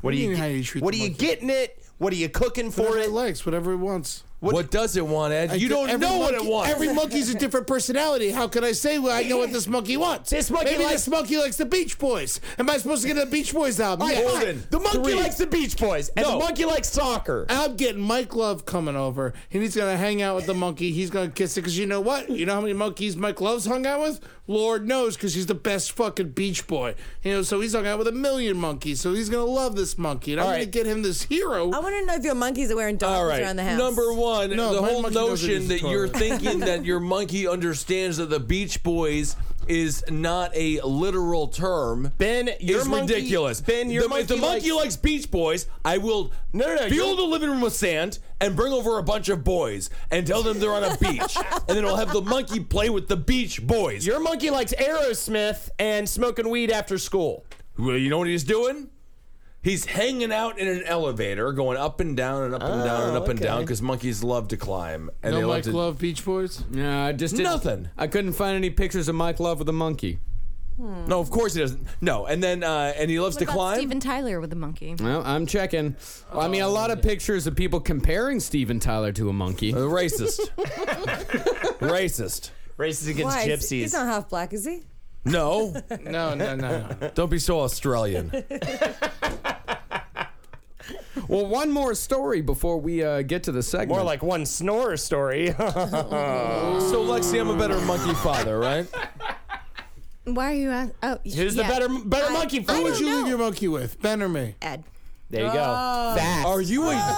I: What,
K: What
I: do
K: do
I: you?
K: you mean
I: get-
K: how you treat
I: What
K: the
I: are you
K: monkey?
I: getting it? What are you cooking for
K: whatever
I: it?
K: it likes, whatever it wants.
H: What, does it want, Ed?
K: I
H: you
K: did-
H: don't
K: every
H: know what it
K: monkey-
H: wants.
K: Every monkey's a different personality. How can I say well, I know what this monkey wants?
I: This monkey
K: Maybe
I: likes-
K: this monkey likes the Beach Boys. Am I supposed to get a Beach Boys album?
I: All right,
K: Yeah.
I: fine. The monkey
K: Three.
I: likes the Beach Boys, and
K: No.
I: the monkey likes soccer.
K: I'm getting Mike Love coming over, and he's gonna hang out with the monkey. He's gonna kiss it because you know what? You know how many monkeys Mike Love's hung out with? Lord knows, because he's the best fucking beach boy. You know, so he's hung out with a million monkeys. So he's gonna love this monkey, and I'm gonna get him this hero.
J: I want to know if your monkeys are wearing diapers
H: All right.
J: around the house.
H: Number one,
K: No,
H: the
K: my
H: whole
K: monkey
H: notion
K: doesn't use
H: that
K: the
H: you're
K: toilet.
H: thinking that your monkey understands that the Beach Boys is not a literal term.
I: Ben, your
H: is
I: monkey-
H: ridiculous.
I: Ben, your
H: the, if the
I: monkey
H: monkey likes, Beach Boys, I will no, no, no, fill the living room with sand and bring over a bunch of boys and tell them they're on a beach, and then I'll have the monkey play with the Beach Boys.
I: Your monkey likes Aerosmith and smoking weed after school.
H: Well, you know what he's doing? He's hanging out in an elevator, going up and down and up and down and up and down because monkeys love to climb and they
K: no
H: love
K: Mike
H: to
K: Love Beach Boys.
C: Yeah, I just didn't-
H: Nothing.
C: I couldn't find any pictures of Mike Love with a monkey.
H: No, of course he doesn't. No, and then uh, and he loves
A: What
H: to
A: about
H: climb.
A: Steven Tyler with the monkey.
C: Well, I'm checking. I mean, a lot
H: Oh.
C: of pictures of people comparing Steven Tyler to a
A: [LAUGHS]
C: monkey.
H: racist. Racist.
I: Races against
J: Why? He's-
I: gypsies.
J: He's not half black, is he?
H: No,
K: No, no, no.
H: don't be so Australian.
C: [LAUGHS] Well, one more story before we uh, get to the segment.
I: More like one snorer story. [LAUGHS]
H: so Lexi, I'm a better monkey father, right?
A: Why are you? Ask- oh,
I: Who's the better better monkey
K: Who
I: father?
K: would you leave your monkey with, Ben or me?
A: Ed.
I: There you go. Facts.
H: "Ah." Are you a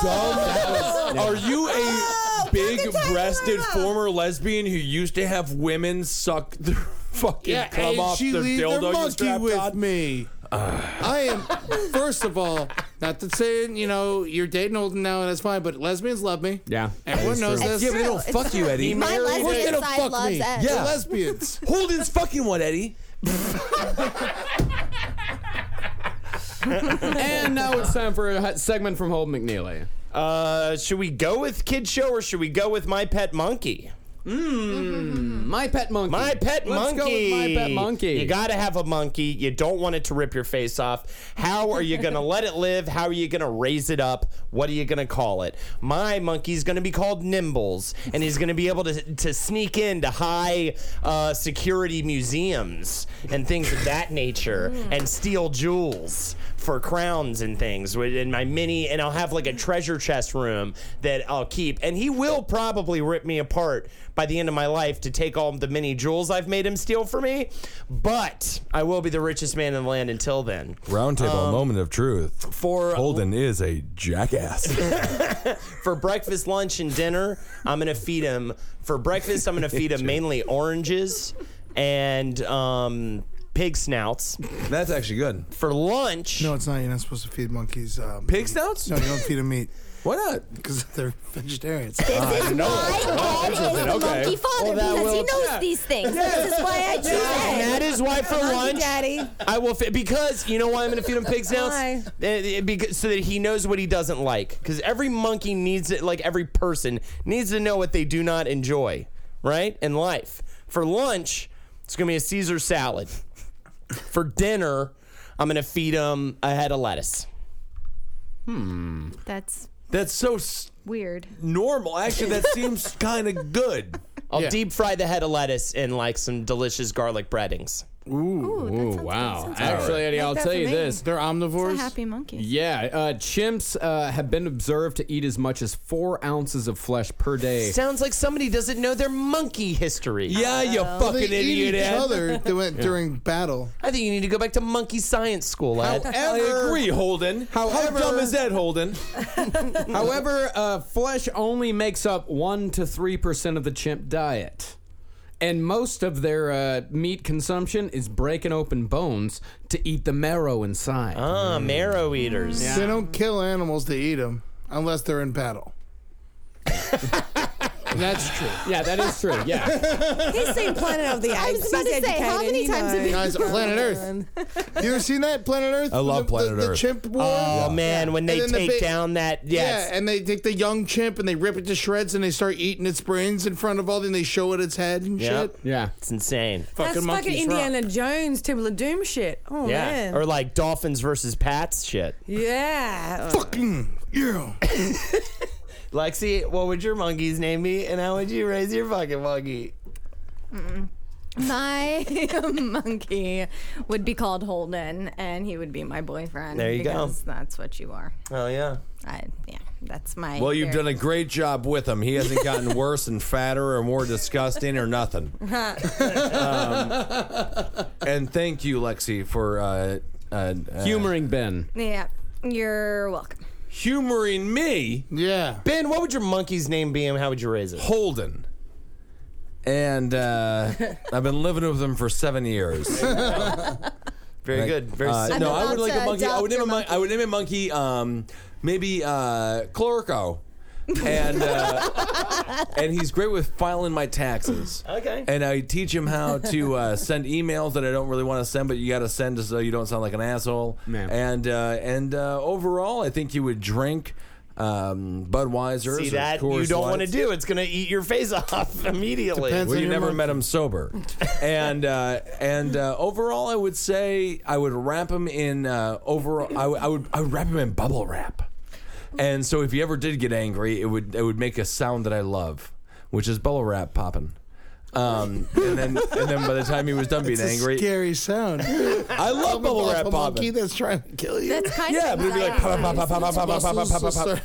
H: dumb? Are you a big-breasted former lesbian who used to have women suck their [LAUGHS] fucking cum
K: and
H: off
K: she
H: their
K: leave
H: dildo
K: their
H: you
K: monkey
H: strapped
K: with
H: on? [SIGHS]
K: me. I am. First of all, not to say you know you're dating Holden now and that's fine, but lesbians love me.
C: yeah.
K: Everyone knows
A: It's
K: this.
H: Yeah, but they
A: true,
H: don't
A: it's
H: fuck you,
A: true.
H: Eddie.
A: My
K: Of course they
A: lesbian
K: don't
A: side
K: fuck
A: loves
K: me.
A: Ed.
K: They're
H: Yeah.
K: lesbians.
H: Holden's fucking one, Eddie.
C: and now it's time for a hot segment from Holden McNeely.
I: Uh, should we go with kid show or should we go with my pet monkey?
C: My pet monkey.
I: My pet
C: Let's
I: monkey.
C: Go with my pet monkey.
I: You gotta have a monkey. You don't want it to rip your face off. How are you gonna let it live? How are you gonna raise it up? What are you gonna call it? My monkey's gonna be called Nimbles, and he's gonna be able to to sneak into high uh, security museums and things of that nature, and steal jewels for crowns and things with- in my mini and I'll have like a treasure chest room that I'll keep and he will probably rip me apart by the end of my life to take all the mini jewels I've made him steal for me but I will be the richest man in the land until then
H: Roundtable moment of truth.
I: for
H: Holden is a jackass.
I: for breakfast, lunch, and dinner, I'm gonna feed him. For breakfast, I'm gonna feed him mainly oranges and um, pig snouts.
H: [LAUGHS] That's actually good.
I: For lunch,
K: No, it's not. You're not supposed to feed monkeys. Um,
H: Pig snouts?
K: No, you don't feed them meat
H: [LAUGHS] Why not?
K: because they're
A: [LAUGHS]
K: vegetarians. Uh,
A: This is why Ed is the monkey father
I: that
A: because he
I: will-
A: knows these things. This is why
H: [LAUGHS]
A: I choose
I: And
A: Ed.
I: that is why for
J: Monkey
I: lunch,
J: daddy.
I: I will fi- because you know why I'm gonna feed him pig snouts,
J: Why?
I: Uh, uh, because so that he knows what he doesn't like. Because every monkey needs it, like every person needs to know what they do not enjoy, right? In life, for lunch, it's gonna be a Caesar salad. For dinner, I'm gonna feed him a head of lettuce.
A: That's
H: That's so s-
A: weird.
H: normal. Actually, that
C: [LAUGHS]
H: seems kind of good.
I: I'll
K: Yeah.
I: deep fry the head of lettuce in like some delicious garlic breadings.
A: Ooh, that
C: Ooh,
A: sounds
C: wow.
A: Good. Sounds good.
C: Actually, Eddie,
A: Make
C: I'll
A: that
C: tell
A: for
C: you
A: me.
C: this.
K: They're
A: It's
K: omnivores.
A: a happy monkey.
C: Yeah, uh, chimps uh, have been observed to eat as much as four ounces of flesh per day.
I: Sounds like somebody doesn't know their monkey history.
H: Yeah, you
K: They
H: fucking
K: eat
H: idiot.
K: each
H: Ed.
K: other. They went during battle.
I: I think you need to go back to monkey science school. Ed.
H: I agree, Holden.
C: However-
H: How dumb is that, Holden?
C: [LAUGHS]
H: [LAUGHS]
C: However, uh, flesh only makes up 1 to 3% of the chimp diet. And most of their uh, meat consumption is breaking open bones to eat the marrow inside.
I: Ah, marrow eaters.
K: They don't kill animals to eat them unless they're in battle. That's true.
C: Yeah, that is true.
H: [LAUGHS]
C: Yeah.
J: He's seen Planet of the Apes.
A: I was about
J: He's
A: to say, how
J: educated.
A: many
J: He
A: times have
J: knows.
A: you
K: Guys, Planet Earth. You ever seen that Planet Earth?
L: I love
K: The- the-
L: Planet
K: the,
L: Earth.
K: chimp war.
L: Oh, man, when they
K: And then the
L: take
K: big-
L: down that- yeah, it's-
K: Yeah, and they take the young chimp and they rip it to shreds and they start eating its brains in front of all. Then they show it its head and shit.
C: Yeah.
L: It's insane.
K: Fucking
J: That's fucking
K: monkeys
J: Indiana Jones, Temple of Doom shit. Oh
L: yeah.
J: man.
L: Or like Dolphins versus Pats shit.
J: yeah.
K: Fucking yeah.
L: Lexi, what would your monkey's name be and how would you raise your fucking monkey?
A: [LAUGHS] My [LAUGHS] monkey would be called Holden, and he would be my boyfriend.
H: There you go.
A: because That's what you are.
L: Oh yeah.
A: I, yeah, that's my.
H: Well, you've
A: very-
H: done a great job with him. He hasn't [LAUGHS] gotten worse and fatter or more disgusting or
A: [LAUGHS]
H: nothing.
A: Um,
H: And thank you, Lexi, for uh, uh, uh,
C: humoring Ben.
A: yeah, you're welcome.
H: Humoring me?
K: Yeah.
L: Ben, what would your monkey's name be and how would you raise it?
H: Holden. And
L: [LAUGHS]
H: uh, I've been living with him for seven years.
L: Very
H: Like,
L: good. Very
H: uh,
L: simple.
H: no, I would like a
A: to
H: monkey. I
A: adopt
H: would name a
A: your
H: monkey. I would name a monkey. Um, maybe uh, Clorico, and
A: [LAUGHS]
H: uh, and he's great with filing my taxes.
L: Okay.
H: And I teach him how to uh, send emails that I don't really want to send, but you got to send so you don't sound like an asshole.
C: Man.
H: And uh, and uh, overall, I think he would drink um, Budweiser.
L: See that you don't want to do. It's gonna eat your face [LAUGHS] off immediately.
H: Well, you never met him sober, and uh, and uh, overall, I would say I would wrap him in uh, overall. I, would- I would I would wrap him in bubble wrap, and so if you ever did get angry, it would it would make a sound that I love, which is bubble wrap popping. Um, and then and then by the time he was done being
K: It's a
H: angry,
K: scary sound.
H: I love bubble wrap
K: a monkey
H: popping.
K: that's trying to kill you.
A: That's kind
H: Yeah,
A: of.
H: but it'd be like pop pop pop pop pop pop pop pop pop pop.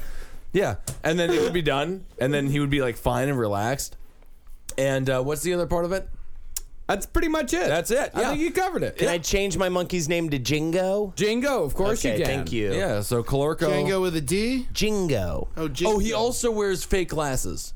H: Yeah, and then it would be done, and then he would be like fine and relaxed. And uh, what's the other part of it?
C: That's pretty much it.
H: That's it.
C: I
H: yeah.
C: think you covered it.
L: Can I change my monkey's name to Jingo?
C: Jingo, of course
L: Okay,
C: you can.
L: thank you.
H: Yeah, so Calorco.
K: Django with a D.
L: Jingo.
K: Oh, G-
H: Oh, he also wears fake [LAUGHS] glasses.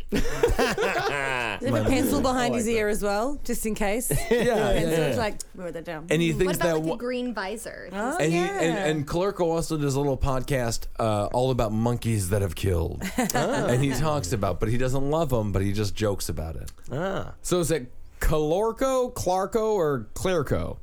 J: Leave a pencil behind his ear as well, just in case. yeah,
H: yeah, yeah.
J: like write that down.
H: And he
A: What
H: thinks
A: about
H: that.
A: like
H: wa-
A: a green visor?
H: and,
J: yeah.
H: he, and and Calorco also does a little podcast uh, all about monkeys that have
A: [LAUGHS]
H: killed, and he talks about, but he doesn't love them, but he just jokes about it.
L: Ah.
C: So is it Calorco, Clarco, or Clerco?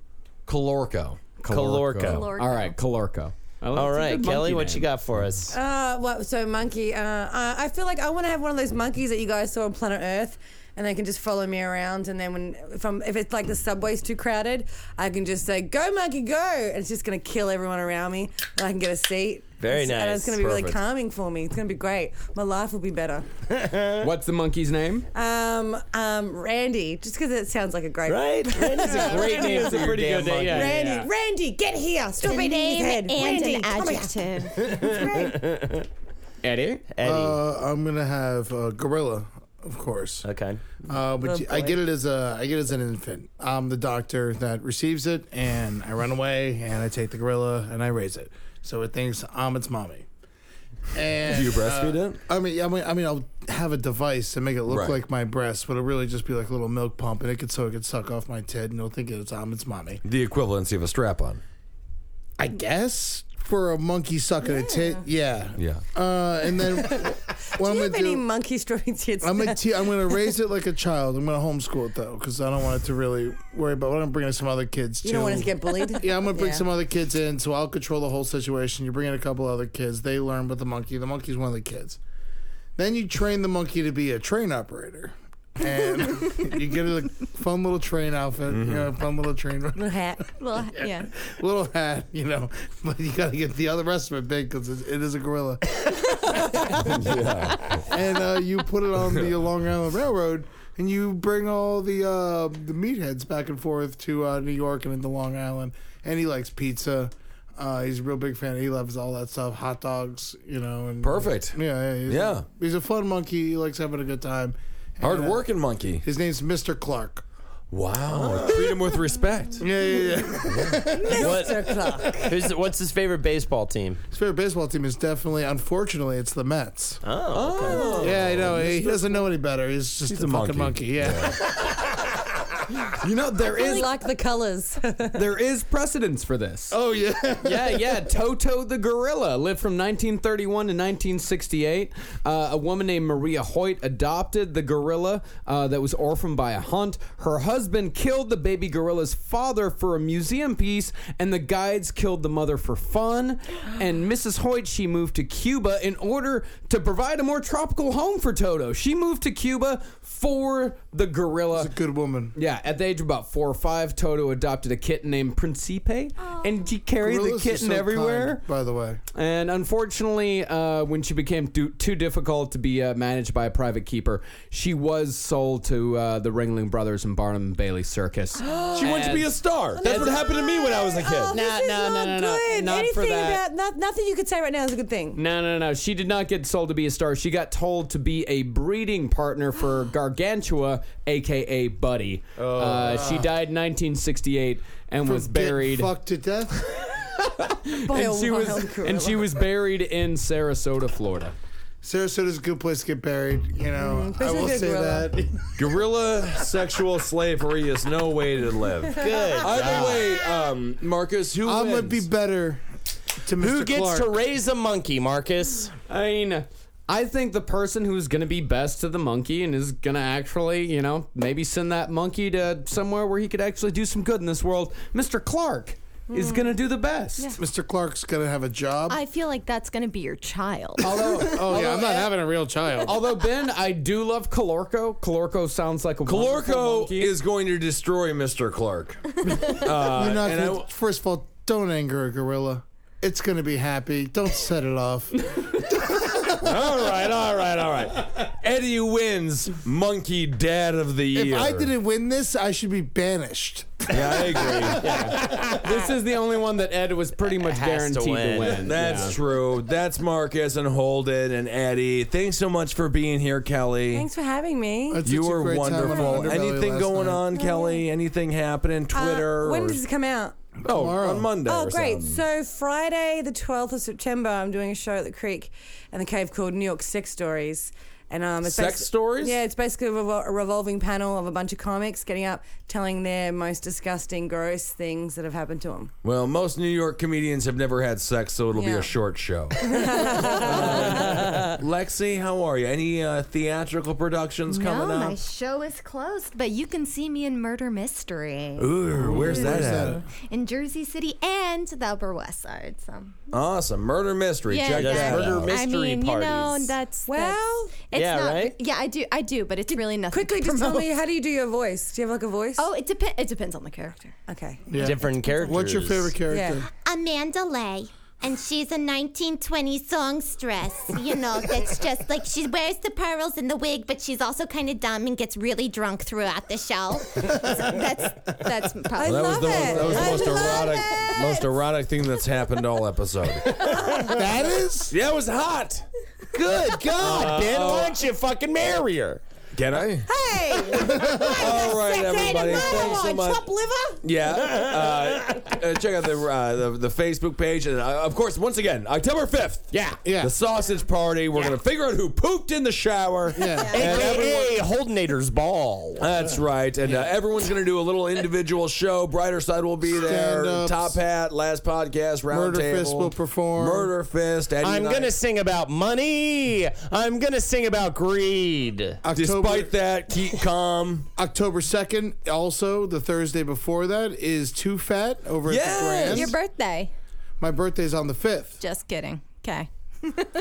H: Calorco.
L: Calorco.
A: Calorco.
C: All right, Calorco. I like-
L: All
C: it's a
L: right,
C: good
L: Kelly,
C: monkey
L: what you
C: name.
L: got for us?
J: Uh, well, so monkey. Uh, uh, I feel like I want to have one of those monkeys that you guys saw on planet Earth, and they can just follow me around. And then when if I'm if it's like the subway's too crowded, I can just say "Go monkey, go!" and it's just gonna kill everyone around me, and I can get a seat.
L: Very
J: It's- And it's
L: nice.
J: gonna be really
H: Perfect.
J: calming for me. It's gonna be great. My life will be better.
C: What's the monkey's name?
J: Um, um, Randy, just because it sounds like a great
L: Right? Randy's
C: [LAUGHS]
L: a great name
C: It's
L: for
C: a
L: your
C: pretty
L: damn
C: good name,
L: monkey.
C: yeah.
J: Randy, Randy, get here! Stop
A: A
J: eating his
A: name
J: head.
A: and
J: Randy,
A: an
J: come here. [LAUGHS]
A: adjective.
C: Eddie.
L: Eddie.
K: Uh, I'm gonna have uh, gorilla, of course.
L: okay.
K: Uh, but I get it as a I get it as an infant. I'm the doctor that receives it, and I run away, and I take the gorilla, and I raise it, so it thinks I'm its mommy. And
H: You breastfeed
K: uh,
H: it?
K: I mean, I mean, I mean, I'll have a device to make it look
H: Right.
K: like my breast, but it'll really just be like a little milk pump, and it could so it could suck off my tit, and it'll think it's I'm its mommy.
H: The equivalency of a strap on.
K: I guess for a monkey sucking a tit, yeah,
H: Yeah.
A: Oh,
K: Uh,
J: [LAUGHS]
K: and then what
J: Do
K: I'm
J: you
K: gonna
J: have any
K: do?
J: monkey stories? It's [LAUGHS]
K: I'm gonna te- I'm gonna raise it like a child. I'm gonna homeschool it though, because I don't want it to really worry about. I'm gonna bring in some other kids.
J: you don't want us to
H: [LAUGHS]
J: get bullied.
K: Yeah, I'm gonna bring
J: Yeah.
K: some other kids in, so I'll control the whole situation. You bring in a couple other kids. They learn with the monkey. The monkey's one of the kids. Then you train the monkey to be a train operator, and [LAUGHS] you get a fun little train outfit. You know, fun little train
J: Little hat.
A: Well,
H: [LAUGHS]
A: yeah.
K: little [LAUGHS] hat, you know, but you got to get the other rest of it big because it, it is
H: [LAUGHS]
K: a gorilla. And uh, you put it on the Long Island Railroad, and you bring all the uh, the meatheads back and forth to uh, New York and into Long Island. And he likes pizza. Uh, he's a real big fan. He loves all that stuff, hot dogs, you know. And
H: Perfect.
K: Yeah, he's,
H: Yeah.
K: He's a fun monkey. He likes having a good time. And,
H: Hard
K: uh,
H: working monkey.
K: His name's Mr. Clark.
H: Wow. Treat him Ah. with [LAUGHS] respect.
K: Yeah, yeah, yeah.
L: What, who's, what's his favorite baseball team?
K: His favorite baseball team is definitely, unfortunately, it's the Mets.
L: Oh, okay.
K: Yeah, I know. He doesn't know any better. He's just
H: He's
K: Ah. a,
H: a [LAUGHS]
K: fucking
H: monkey.
K: monkey. Yeah.
C: You know there
J: [LAUGHS] I
C: is
J: like the colors.
C: there is precedence for this.
K: Oh yeah,
C: [LAUGHS] yeah, yeah. Toto the gorilla lived from 1931 to 1968. Uh, a woman named Maria Hoyt adopted the gorilla uh, that was orphaned by a hunt. Her husband killed the baby gorilla's father for a museum piece, and the guides killed the mother for fun. And Mrs. Hoyt she moved to Cuba in order to provide a more tropical home for Toto. She moved to Cuba for the gorilla. She's a
K: good woman.
C: Yeah, at the age of about four or five, Toto adopted a kitten named Principe,
J: Oh.
C: and she carried the
K: Gorillas are
C: kitten
K: so
C: everywhere.
K: kind, by the way.
C: And unfortunately, uh, when she became do- too difficult to be uh, managed by a private keeper, she was sold to uh, the Ringling Brothers and Barnum and
H: [GASPS]
C: Bailey Circus. she
H: wanted to be a star. [LAUGHS] That's what happened to me when I was a kid.
J: Oh, this is not good.
C: not
J: Anything
C: for that.
J: about not, nothing you could say right now is a good thing.
C: No, no, no. She did not get sold to be a star. She got told to be a breeding partner for Gargantua, aka Buddy. Uh, she died in 1968 and was buried.
K: Fucked to death.
J: By
C: and
J: a
C: she
J: wild
C: was and she
J: gorilla.
C: was buried in Sarasota, Florida.
K: Sarasota's a good place to get buried. You know, I
J: especially
K: will
J: if you're
K: say
J: gorilla.
K: that.
H: Guerrilla sexual slavery is no way to live.
K: [LAUGHS] Good
H: Either
K: God.
H: way, um, Marcus, who
K: I'm gonna
H: wins?
K: be better to Mr.
I: Who gets
K: Clark.
I: to raise a monkey, Marcus?
C: I mean, I think the person who's going to be best to the monkey and is going to actually, you know, maybe send that monkey to somewhere where he could actually do some good in this world, Mr. Clark is going to do the best.
K: Mr. Clark's gonna have a job.
A: I feel like that's going to be your child.
C: Although,
K: oh yeah, I'm not having a real child.
C: although Ben, I do love Calorco. Calorco sounds like a wonderful
H: Calorco
C: monkey.
H: is going to destroy Mr. Clark. Uh,
K: You're not
H: and I
K: gonna, first of all, don't anger a gorilla. It's gonna be happy. Don't set it off.
H: all right, all right, all right. Eddie wins Monkey Dad of the Year.
K: If I didn't win this, I should be banished.
H: Yeah, I agree.
C: this is the only one that Ed was pretty much
I: Has to
C: guaranteed to win.
I: win.
H: That's true. That's Marcus and Holden and Eddie. Thanks so much for being here, Kelly.
J: Thanks for having me.
K: That's
H: You
K: such a
H: were
K: great time on
H: wonderful.
K: Underbelly
H: Anything
K: last
H: going
K: night.
H: on, Kelly? Anything happening?
J: Uh,
H: Twitter?
J: when
H: or-
J: does it come out?
H: oh,
K: Tomorrow.
H: on Monday.
J: Oh,
H: or
J: great.
H: something.
J: So, Friday, the 12th of September, I'm doing a show at the Creek and the Cave called New York Sex Stories. And um, it's
H: Sex
J: basi-
H: stories?
J: Yeah, it's basically a, revol- a revolving panel of a bunch of comics getting up, telling their most disgusting, gross things that have happened to them.
H: Well, most New York comedians have never had sex, so it'll be
J: Yeah.
H: a short show.
J: [LAUGHS]
H: Um,
C: [LAUGHS]
H: Lexi, how are you? Any uh, theatrical productions coming
A: no, my
H: up?
A: show is closed, but you can see me in Murder Mystery
H: Ooh, where's that at?
A: in Jersey City and the Upper West Side. So
H: Awesome. Murder mystery. Check
A: that-
H: that
I: Murder
H: out.
A: I
I: mystery
A: mean, you know,
I: parties.
A: that's
J: Well,
A: that's- it's
I: yeah,
A: not,
I: right?
A: Yeah, I do, I do, but it's really nothing.
J: Quickly,
A: to
J: just tell
A: promote.
J: me, how do you do your voice? Do you have like a voice?
A: Oh, it depends. It depends on the character.
J: okay.
K: Yeah.
I: Different characters.
K: What's your favorite character?
J: Yeah.
M: Amanda Lay. And she's a 1920s songstress, you know, that's just like she wears the pearls and the wig, but she's also kind of dumb and gets really drunk throughout the show.
A: [LAUGHS] That's that's probably.
H: Well, that was
J: Love
H: the,
J: it.
H: that was the
J: I
H: most
J: love
H: erotic,
J: it.
H: most erotic thing that's happened all
J: [LAUGHS]
H: episode.
K: That is.
H: yeah, it was hot. Uh,
I: Good God, Ben, why don't you fucking marry her?
H: Can I?
I: [LAUGHS]
J: Hey!
H: all right, everybody. Thanks so much.
J: liver?
H: Yeah. Uh, uh, check out the, uh, the the Facebook page, and uh, of course, once again, October fifth.
I: Yeah.
K: Yeah.
H: The sausage party. We're gonna figure out who pooped in the shower.
K: Yeah.
H: And everyone-
I: AKA Holdenator's ball.
H: That's right. And uh, everyone's going to do a little individual show. Brighter Side will be there.
K: Stand-ups.
H: Top Hat, Last Podcast, Roundtable.
K: Murder Fist will perform.
H: Murder Fist. Eddie
I: I'm
H: and I-
I: gonna sing about money. I'm gonna sing about greed.
H: Despite that, keep calm.
K: October 2nd, also the Thursday before that, is Too Fat over
H: Yes!
K: at the
A: Your
K: Grand.
A: birthday?
K: My birthday's on the 5th.
A: Just kidding. Okay.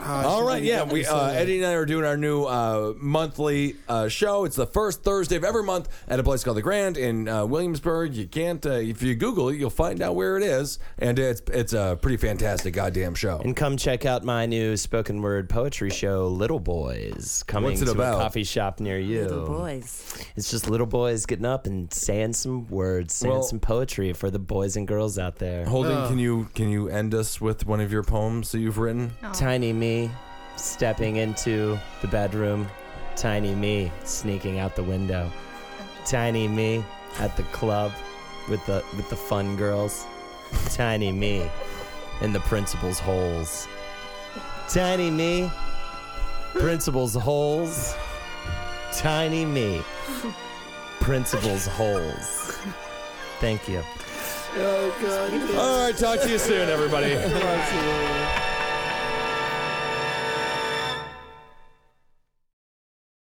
H: All right, yeah. We uh, Eddie and I are doing our new uh, monthly uh, show. It's the first Thursday of every month at a place called the Grand in uh, Williamsburg. You can't uh, if you Google it, you'll find out where it is, and it's it's a pretty fantastic goddamn show.
I: And come check out my new spoken word poetry show, Little Boys, coming
H: What's it
I: to
H: about?
I: a coffee shop near you.
J: Boys.
I: It's just little boys getting up and saying some words, saying
H: Well-
I: some poetry for the boys and girls out there.
H: Holding, can you can you end us with one of your poems that you've written?
I: Tiny me stepping into the bedroom. Tiny me sneaking out the window. Tiny me at the club with the with the fun girls. Tiny me in the principal's holes. Tiny me, principal's holes. Tiny me, principal's holes. Thank you.
D: Oh, God.
H: All right, talk to you soon, everybody.